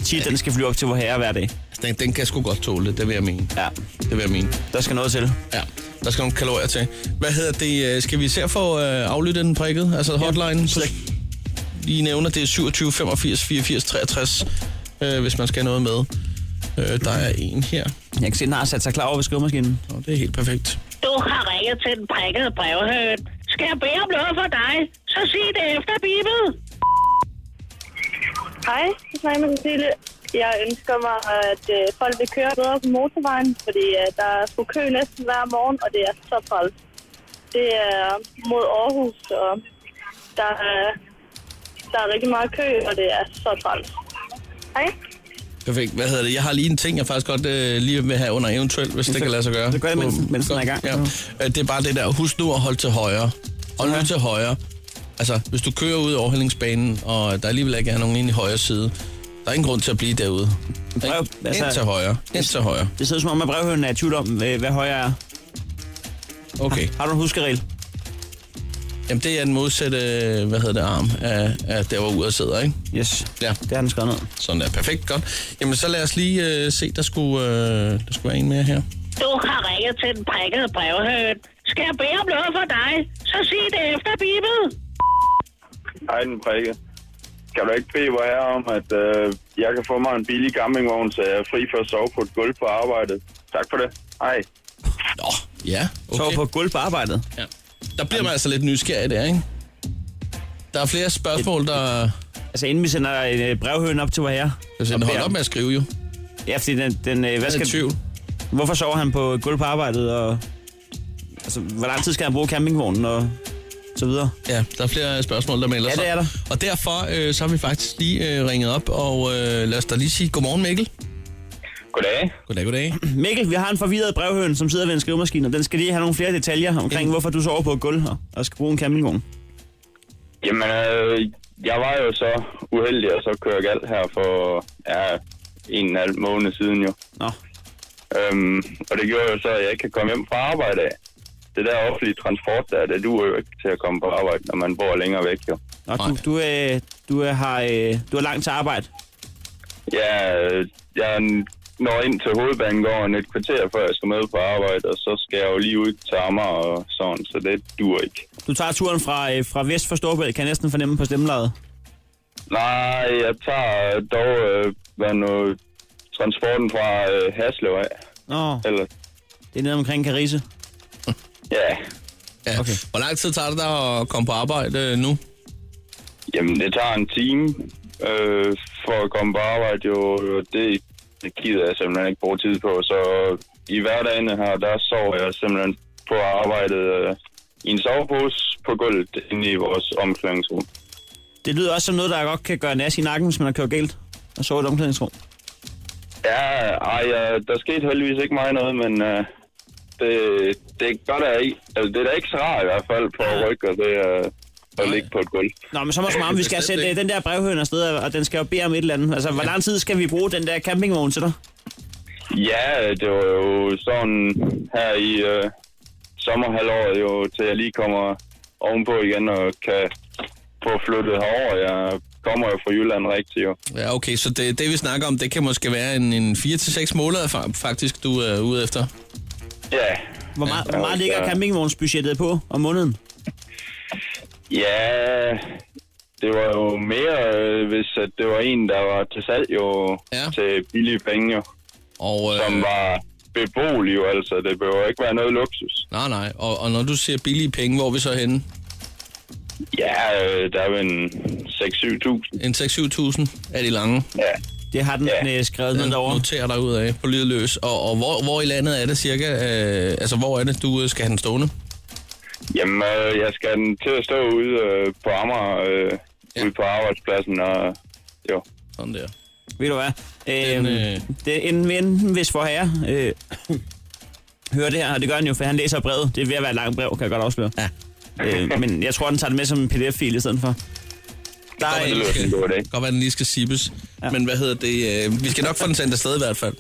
Speaker 4: Tid, ja. den skal flyve op til vor herre hver dag.
Speaker 3: Den, den kan sgu godt tåle det, det vil jeg mene.
Speaker 4: Ja.
Speaker 3: Det vil jeg mene.
Speaker 4: Der skal noget til.
Speaker 3: Ja, der skal nogle kalorier til. Hvad hedder det? øh, Skal vi se at få øh, aflyttet den prikket? Altså hotline? Ja. Så jeg lige nævner, det er 27 85 84 63, øh, hvis man skal have noget med. Øh, der er en her.
Speaker 4: Jeg kan se, den har sat sig klar over ved skrivemaskinen.
Speaker 3: Og det er helt perfekt.
Speaker 16: Du har ringet til den prikkede brevhøn. Skal jeg bede om noget for dig, så sig det efter bibel.
Speaker 17: Hej, jeg snakker med Cecilie. Jeg ønsker mig, at øh, folk vil køre bedre på motorvejen, fordi øh, der er sgu kø næsten hver morgen, og det er så træls. Det er mod Aarhus, og der er, der er rigtig meget kø, og det er så træls. Hej.
Speaker 3: Perfekt. Hvad hedder det? Jeg har lige en ting, jeg faktisk godt øh, lige vil have under eventuelt, hvis det kan lade sig gøre. Det
Speaker 4: gør det, mens- mens den er i gang.
Speaker 3: Ja. Øh, Det er bare det der, husk nu at holde til højre. Hold nu til højre. Altså, hvis du kører ud af overhældningsbanen, og der alligevel ikke er nogen inde i højre side, der er ingen grund til at blive derude.
Speaker 4: Brev,
Speaker 3: altså, ind til højre. Ind til højre.
Speaker 4: Det sidder som om, at brevhønen er i tvivl om, øh, hvad højre er.
Speaker 3: Okay.
Speaker 4: Har, har du en huskeregel?
Speaker 3: Jamen, det er den modsatte, øh, hvad hedder det, arm af, af der, hvor uret sidder, ikke?
Speaker 4: Yes,
Speaker 3: ja.
Speaker 4: det har den skrevet ned.
Speaker 3: Sådan der, perfekt, godt. Jamen, så lad os lige øh, se, der skulle, øh, der skulle være en mere her.
Speaker 16: Du har ringet til den prikkede brevhøn. Skal jeg bede om noget for dig, så sig det efter bibel.
Speaker 5: Hej, den prikke. Kan du ikke bede mig her om, at øh, jeg kan få mig en billig campingvogn, så jeg er fri for at sove på et gulv på arbejdet? Tak for det. Hej.
Speaker 3: Ja, okay.
Speaker 4: Sover på et gulv på arbejdet.
Speaker 3: Ja. Der bliver man altså lidt nysgerrig der, ikke? Der er flere spørgsmål, der...
Speaker 4: Altså, inden vi sender en øh, brevhøn op til vor herre.
Speaker 3: Så den holder op med at skrive, jo.
Speaker 4: Ja, fordi den... den øh, hvad
Speaker 3: er i
Speaker 4: skal,
Speaker 3: tvivl.
Speaker 4: Hvorfor sover han på et gulv på arbejdet, og... Altså, hvor lang tid skal han bruge campingvognen, og så videre?
Speaker 3: Ja, der er flere spørgsmål, der melder
Speaker 4: Ja, det er
Speaker 3: der. Og derfor øh, så har vi faktisk lige øh, ringet op, og øh, lad os da lige sige godmorgen, Mikkel.
Speaker 5: Goddag.
Speaker 3: Goddag, goddag.
Speaker 4: Mikkel, vi har en forvirret brevhøn, som sidder ved en skrivemaskine, og den skal lige have nogle flere detaljer omkring, hvorfor du sover på et gulv og, og skal bruge en campingvogn.
Speaker 5: Jamen, øh, jeg var jo så uheldig, og så kører galt her for ja, en og en halv måned siden jo.
Speaker 4: Nå.
Speaker 5: Øhm, og det gjorde jo så, at jeg ikke kan komme hjem fra arbejde af. Det der offentlige transport der, det duer jo ikke til at komme på arbejde, når man bor længere væk jo.
Speaker 4: Nå, du, du, øh, du, øh, har, øh, du har langt til arbejde.
Speaker 5: Ja, øh, jeg når ind til hovedbanegården et kvarter, før jeg skal med på arbejde, og så skal jeg jo lige ud til Amager og sådan, så det duer ikke.
Speaker 4: Du tager turen fra, øh, fra vest for Storbælt, kan jeg næsten fornemme på stemmelaget.
Speaker 5: Nej, jeg tager dog øh, hvad nu, transporten fra øh, Haslev af.
Speaker 4: Nå,
Speaker 5: Eller,
Speaker 4: det er nede omkring Karise.
Speaker 5: ja,
Speaker 3: Ja. Okay. Hvor lang tid tager det dig at komme på arbejde øh, nu?
Speaker 5: jamen det tager en time øh, for at komme på arbejde, jo, og det, det gider jeg simpelthen ikke bruge tid på. Så i hverdagen her, der sover jeg simpelthen på arbejdet øh, i en sovepose på gulvet inde i vores omklædningsrum.
Speaker 4: Det lyder også som noget, der godt kan gøre nas i nakken, hvis man har kørt galt og sovet i et omklædningsrum.
Speaker 5: Ja, ej, øh, der skete heldigvis ikke meget noget, men øh, det, det gør der ikke. Altså, det er da ikke så rart i hvert fald på at rykke, og det øh, at ligge på et gulv.
Speaker 4: Nå, men så må som om, vi skal sætte øh, den der brevhøn afsted, og den skal jo bede om et eller andet. Altså, hvor lang tid skal vi bruge den der campingvogn til dig?
Speaker 5: Ja, det var jo sådan her i øh, sommerhalvåret, jo, til jeg lige kommer ovenpå igen og kan få flyttet herover. Jeg kommer jo fra Jylland rigtig, jo.
Speaker 3: Ja, okay, så det, det vi snakker om, det kan måske være en, en 4-6 måneder fa- faktisk, du er ude efter.
Speaker 5: Ja,
Speaker 4: Hvor meget,
Speaker 5: Ja,
Speaker 4: hvor meget
Speaker 5: altså-
Speaker 4: ligger campingvognsbudgettet på om måneden?
Speaker 5: Ja, det var jo mere, øh, hvis at det var en, der var til salg jo, ja. til billige penge jo.
Speaker 3: Og, øh...
Speaker 5: Som var beboelig jo, altså. Det behøver ikke være noget luksus.
Speaker 3: Nej, nej. Og, og når du siger billige penge, hvor er vi så henne?
Speaker 5: Ja, øh, der er vel en 6-7.000.
Speaker 3: En 6-7.000 er de lange.
Speaker 5: Ja.
Speaker 4: Det har den ja. skrevet
Speaker 3: ned derovre. Noterer dig ud af på lydløs. Og, og hvor, hvor i landet er det cirka? Øh, altså, hvor er det, du øh, skal have den stående?
Speaker 5: Jamen, øh, jeg skal den til at stå ude øh, på Amager, øh, ja. ude på arbejdspladsen, og jo.
Speaker 3: Sådan der.
Speaker 4: Ved du hvad? Øhm, øh... det, enten, enten hvis for herre øh, hører det her, og det gør han jo, for han læser brevet. Det er ved at være et langt brev, kan jeg godt afsløre.
Speaker 3: Ja.
Speaker 4: øh, men jeg tror, den tager det med som en pdf-fil i stedet for.
Speaker 3: Der er
Speaker 5: Det lyder som en god idé.
Speaker 3: Godt være, den lige skal sippes. Ja. Men hvad hedder det? Øh, vi skal nok få den sendt afsted i hvert fald.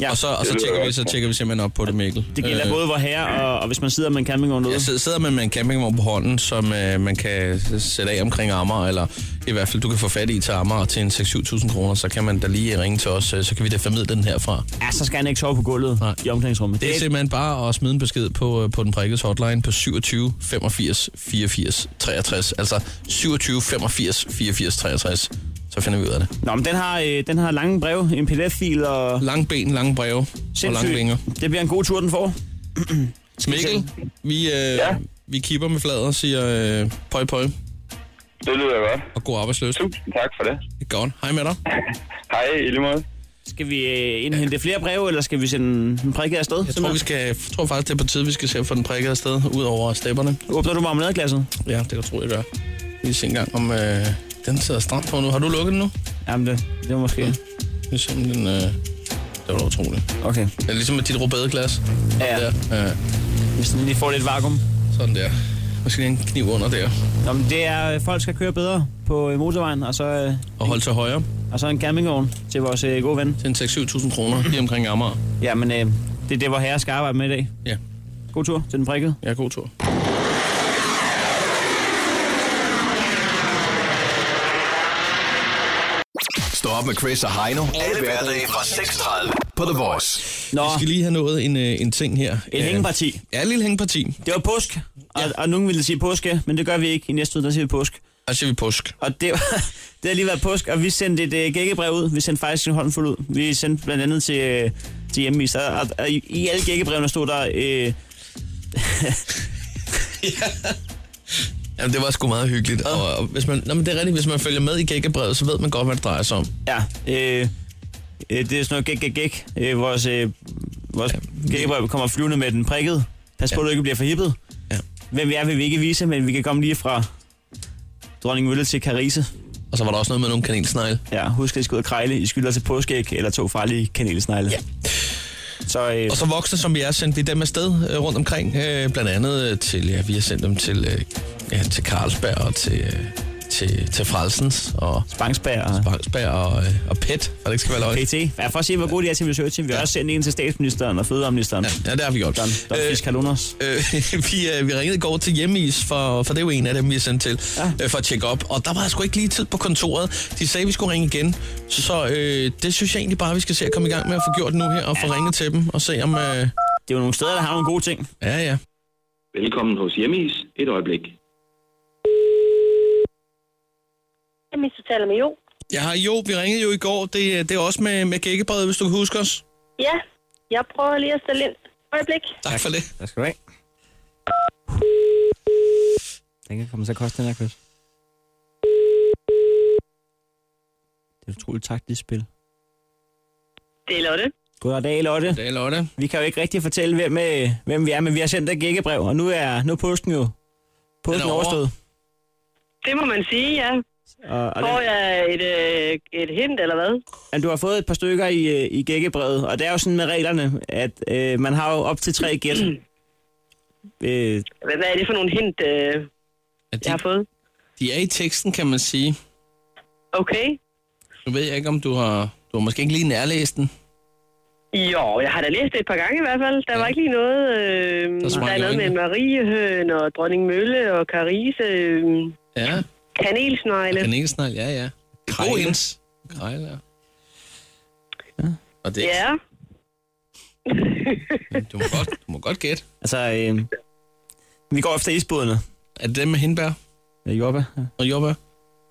Speaker 3: Ja. Og så, og så
Speaker 4: Det lyder
Speaker 3: tjekker vi,
Speaker 4: godt.
Speaker 3: så tjekker vi simpelthen op på det, Mikkel. Øh,
Speaker 4: Det gælder både vor herre og, og hvis man sidder med en campingvogn
Speaker 3: Jeg
Speaker 4: derude.
Speaker 3: sidder, sidder man med en campingvogn på hånden, som øh, man kan s- sætte af omkring Amager, eller i hvert fald du kan få fat i til Amager til en 6-7.000 kroner, så kan man da lige ringe til os, øh, så kan vi da formidle den herfra.
Speaker 4: Ja, så skal han ikke sove på gulvet Nej. i omklædningsrummet.
Speaker 3: Det er simpelthen bare at smide en besked på, øh, på den prikkes hotline på 27 85 84 63. Altså 27 85 84 63. Så finder vi ud af det.
Speaker 4: Nå, men den har, øh, den har lange brev, en pdf-fil og...
Speaker 3: Lange ben, lange breve og lange vinger.
Speaker 4: Det bliver en god tur, den får.
Speaker 3: Mikkel, vi, øh, ja. vi kipper med flader og siger øh, pøj pøj.
Speaker 5: Det lyder godt.
Speaker 3: Og god arbejdsløs.
Speaker 5: Tusind tak for det.
Speaker 3: Det er godt. Hej med dig.
Speaker 5: Hej, i lige måde.
Speaker 4: Skal vi øh, indhente flere breve, eller skal vi sende en prikke afsted?
Speaker 3: Jeg tror, vi skal, jeg tror faktisk, det er på tide, vi skal se at få den prikket afsted, ud over stepperne.
Speaker 4: Åbner du marmeladeglasset?
Speaker 3: Ja, det kan jeg tro, jeg gør. Vi ser engang, om øh, den sidder stramt på nu. Har du lukket den nu?
Speaker 4: Jamen, det, det var måske... Ja.
Speaker 3: Det er simpelthen... Øh, det var da utroligt.
Speaker 4: Okay.
Speaker 3: Det er ligesom med dit rubadeglas.
Speaker 4: Ja.
Speaker 3: Der. ja.
Speaker 4: Hvis den lige får lidt vakuum.
Speaker 3: Sådan der. Måske lige en kniv under der.
Speaker 4: Nå, men det er, øh, folk skal køre bedre på øh, motorvejen, og så... Øh,
Speaker 3: og holde til højre.
Speaker 4: Og så en campingvogn til vores øh, gode ven.
Speaker 3: Til en 6-7.000 kroner lige omkring Amager.
Speaker 4: Ja, men øh, det er det, hvor herre skal arbejde med i dag.
Speaker 3: Ja.
Speaker 4: God tur til den prikkede.
Speaker 3: Ja, god tur.
Speaker 10: Stå op med Chris og Heino. Alle hverdage fra 6.30 på The Voice.
Speaker 4: Nå.
Speaker 3: Vi skal lige have nået en, øh, en ting her.
Speaker 4: Et
Speaker 3: Øh,
Speaker 4: hængeparti.
Speaker 3: Ja, et lille hængeparti.
Speaker 4: Det var påsk, og, ja. og nogen ville sige påske, men det gør vi ikke. I næste uge, der siger vi påsk.
Speaker 3: Der siger vi påsk.
Speaker 4: Og det, var- det har lige været påsk, og vi sendte et øh, gækkebrev ud. Vi sendte faktisk en håndfuld ud. Vi sendte blandt andet til, øh, til hjemmevis, og, og, og i, i alle gækkebrevene stod der... Øh,
Speaker 3: Jamen, det var sgu meget hyggeligt. Ja. Og, og hvis man, nå, men det er rigtigt, hvis man følger med i gækkebrevet, så ved man godt, hvad det drejer sig om.
Speaker 4: ja, øh, øh, det er sådan noget gæk, gæk, gæk. Øh, vores øh, vores ja, gækkebrev kommer flyvende med den prikket. Pas på, ja. du ikke bliver for hippet.
Speaker 3: Ja.
Speaker 4: Hvem vi er, vil vi ikke vise, men vi kan komme lige fra dronning Mølle til Karise.
Speaker 3: Og så var der også noget med nogle kanelsnegle.
Speaker 4: Ja, husk, at I skal ud og krejle. I skylder til påskeæg eller to farlige kanelsnegle. Ja. Så, øh,
Speaker 3: Og så voksne, som vi er, sendte vi dem afsted øh, rundt omkring. Øh, blandt andet øh, til, ja, vi har sendt dem til, øh, ja, til Carlsberg og til, øh, til, til Frelsens. Og
Speaker 4: Spangsberg. Og...
Speaker 3: Spangsberg og, øh, og PET, og det ikke skal være løgn.
Speaker 4: PT. Ja, for at se, hvor gode de er til researchen. Vi har også sendt en til statsministeren og fødevareministeren.
Speaker 3: Ja, det har vi gjort.
Speaker 4: Don, Don øh, Fiskalunas.
Speaker 3: Øh, vi, øh, vi ringede i går til hjemmeis, for, for det er jo en af dem, vi er sendt til, ja. øh, for at tjekke op. Og der var sgu ikke lige tid på kontoret. De sagde, at vi skulle ringe igen. Så, så øh, det synes jeg egentlig bare, vi skal se at komme i gang med at få gjort nu her, og få ringet til dem, og se om... Øh... Det
Speaker 4: er jo nogle steder, der har nogle gode ting.
Speaker 3: Ja, ja.
Speaker 18: Velkommen hos Hjemmeis. Et øjeblik.
Speaker 17: Jamen, så taler med Jo.
Speaker 3: Jeg har jo, vi ringede jo i går. Det, øh, det er også med, med gækkebrevet, hvis du kan huske os.
Speaker 17: Ja, jeg prøver lige at stille ind. Øjeblik.
Speaker 3: Tak for det.
Speaker 4: Tak skal du have. Den kan komme til at koste den her quiz. Det er et utroligt taktisk spil.
Speaker 19: Det er Lotte.
Speaker 4: Goddag, Lotte.
Speaker 3: Goddag, Lotte.
Speaker 4: Vi kan jo ikke rigtig fortælle, hvem, øh, hvem vi er, men vi har sendt dig et gækkebrev, og nu er, nu er posten jo posten
Speaker 19: over.
Speaker 4: overstået.
Speaker 19: Det må man sige, ja.
Speaker 4: Og, og
Speaker 19: Får
Speaker 4: den,
Speaker 19: jeg et, øh, et hint, eller hvad?
Speaker 4: men du har fået et par stykker i, øh, i gækkebrevet, og det er jo sådan med reglerne, at øh, man har jo op til tre gæt. øh,
Speaker 19: Hvad hvad er det for nogle hint, øh, jeg har fået?
Speaker 3: De er i teksten, kan man sige.
Speaker 19: Okay.
Speaker 3: Nu ved jeg ikke, om du har... Du har måske ikke lige nærlæst den.
Speaker 19: Jo, jeg har da læst det et par gange i hvert fald. Der var ikke lige noget... Øh,
Speaker 3: Der
Speaker 19: der,
Speaker 3: smang
Speaker 19: er
Speaker 3: i
Speaker 19: noget med
Speaker 3: øjnene.
Speaker 19: Mariehøn og Dronning Mølle og Karise. Øh,
Speaker 3: Ja.
Speaker 19: kanelsnegle.
Speaker 3: Kanelsnegl, ja, ja. God hens. Krejle, ja. Og det,
Speaker 19: Ja.
Speaker 3: du, må godt, du må godt gætte.
Speaker 4: Altså, øh, vi går efter isbådene.
Speaker 3: Er det dem med hindbær?
Speaker 4: Ja, jordbær. Ja.
Speaker 3: Og jordbær?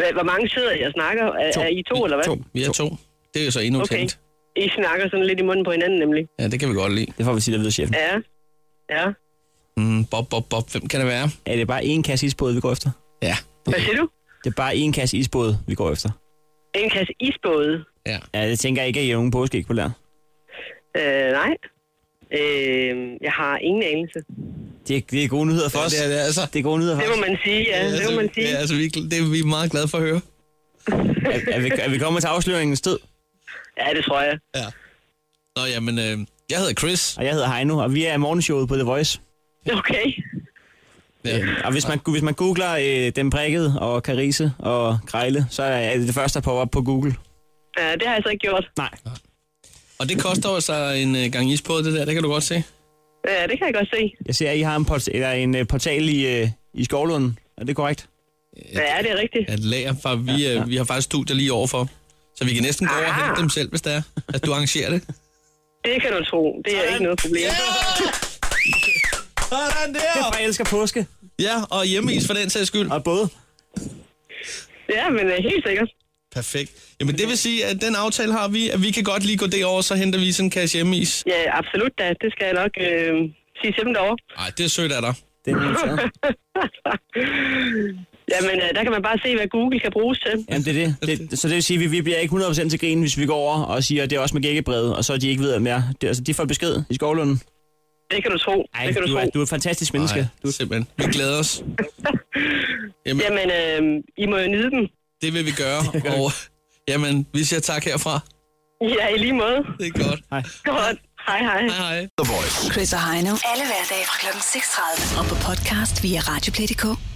Speaker 19: Hva- Hvor mange sidder jeg snakker? Er, er I to, eller hvad?
Speaker 3: Vi er to. Det er jo så endnu okay.
Speaker 19: Okay. I snakker sådan lidt i munden på hinanden, nemlig.
Speaker 3: Ja, det kan vi godt lide.
Speaker 4: Det får vi sige, der ved chefen.
Speaker 19: Ja. Ja.
Speaker 3: Mm, bob, bob, bob. Hvem kan det være?
Speaker 4: Er det bare én kasse isbåde, vi går efter?
Speaker 3: Ja.
Speaker 19: Hvad siger du?
Speaker 4: Det er bare én kasse isbåde, vi går efter.
Speaker 19: En kasse isbåde.
Speaker 3: Ja.
Speaker 4: Ja, det tænker jeg ikke, at I er nogen påske ikke på lær.
Speaker 19: Øh, nej. Øh, jeg har ingen anelse.
Speaker 4: Det, er- det er gode nyheder for
Speaker 3: Ja,
Speaker 4: os.
Speaker 3: det er det altså.
Speaker 4: Det er gode nyheder for
Speaker 19: Det
Speaker 4: os.
Speaker 19: må man sige, ja. Det må man sige.
Speaker 3: Ja, altså, vi, det er vi er meget glade for at høre.
Speaker 4: Er, er, vi, er vi kommet til afsløringens tid?
Speaker 19: Ja, det tror jeg.
Speaker 3: Ja. Nå, jamen, øh, jeg hedder Chris.
Speaker 4: Og jeg hedder Heino, og vi er morgenshowet på The Voice.
Speaker 19: Okay.
Speaker 4: Ja. Øh, Og hvis man, hvis man googler øh, den prikket og karise og grejle, så er det det første, der popper op på Google.
Speaker 19: Ja, det har jeg så ikke gjort.
Speaker 4: Nej.
Speaker 3: Og det koster jo så en øh, gang isbåd, det der. Det kan du godt se.
Speaker 19: Ja, det kan jeg godt se.
Speaker 4: Jeg ser, at I har en, port- eller en øh, portal i, øh, i Skovlunden. Er det korrekt?
Speaker 19: Ja, det er rigtigt.
Speaker 3: At lager, for vi, ja, ja. vi har faktisk studier lige overfor. Så vi kan næsten gå over og
Speaker 19: Ah.
Speaker 3: hente dem selv, hvis det er, at du arrangerer det.
Speaker 19: Det kan du tro. Det er ikke noget problem.
Speaker 3: Sådan der!
Speaker 4: Jeg elsker påske.
Speaker 3: Ja, og hjemmeis for den sags skyld.
Speaker 4: Og både.
Speaker 19: Ja, men øh, helt sikkert.
Speaker 3: Perfekt. Jamen det vil sige, at den aftale har vi, at vi kan godt lige gå det over, så henter vi sådan en kasse hjemmeis.
Speaker 19: Ja, absolut da. Det skal jeg nok øh, sige til dem derovre.
Speaker 3: Nej, det er sødt af dig.
Speaker 4: Det er
Speaker 19: Jamen, øh, der kan man bare se, hvad Google kan bruges til.
Speaker 4: Jamen, det er det. det så det vil sige, at vi, vi bliver ikke 100% til grin, hvis vi går over og siger, at det er også med gækkebrevet, og så de ikke ved mere. Det, altså, de får besked i Skovlunden.
Speaker 19: Det kan du tro.
Speaker 4: Ej,
Speaker 19: det kan du,
Speaker 4: du,
Speaker 19: tro.
Speaker 4: er, du er et fantastisk menneske.
Speaker 3: Ej,
Speaker 4: du...
Speaker 3: simpelthen. Vi glæder os.
Speaker 19: Jamen, Jamen øh, I må jo nyde dem.
Speaker 3: Det vil vi gøre, og jamen, vi siger tak herfra.
Speaker 19: Ja, i lige måde.
Speaker 3: Det er godt.
Speaker 4: Hej.
Speaker 19: Godt. Hej, hej.
Speaker 3: Hej, hej.
Speaker 10: The Voice.
Speaker 2: Chris og Heino. Alle hverdage fra kl. 6.30. Og på podcast via Radioplay.dk.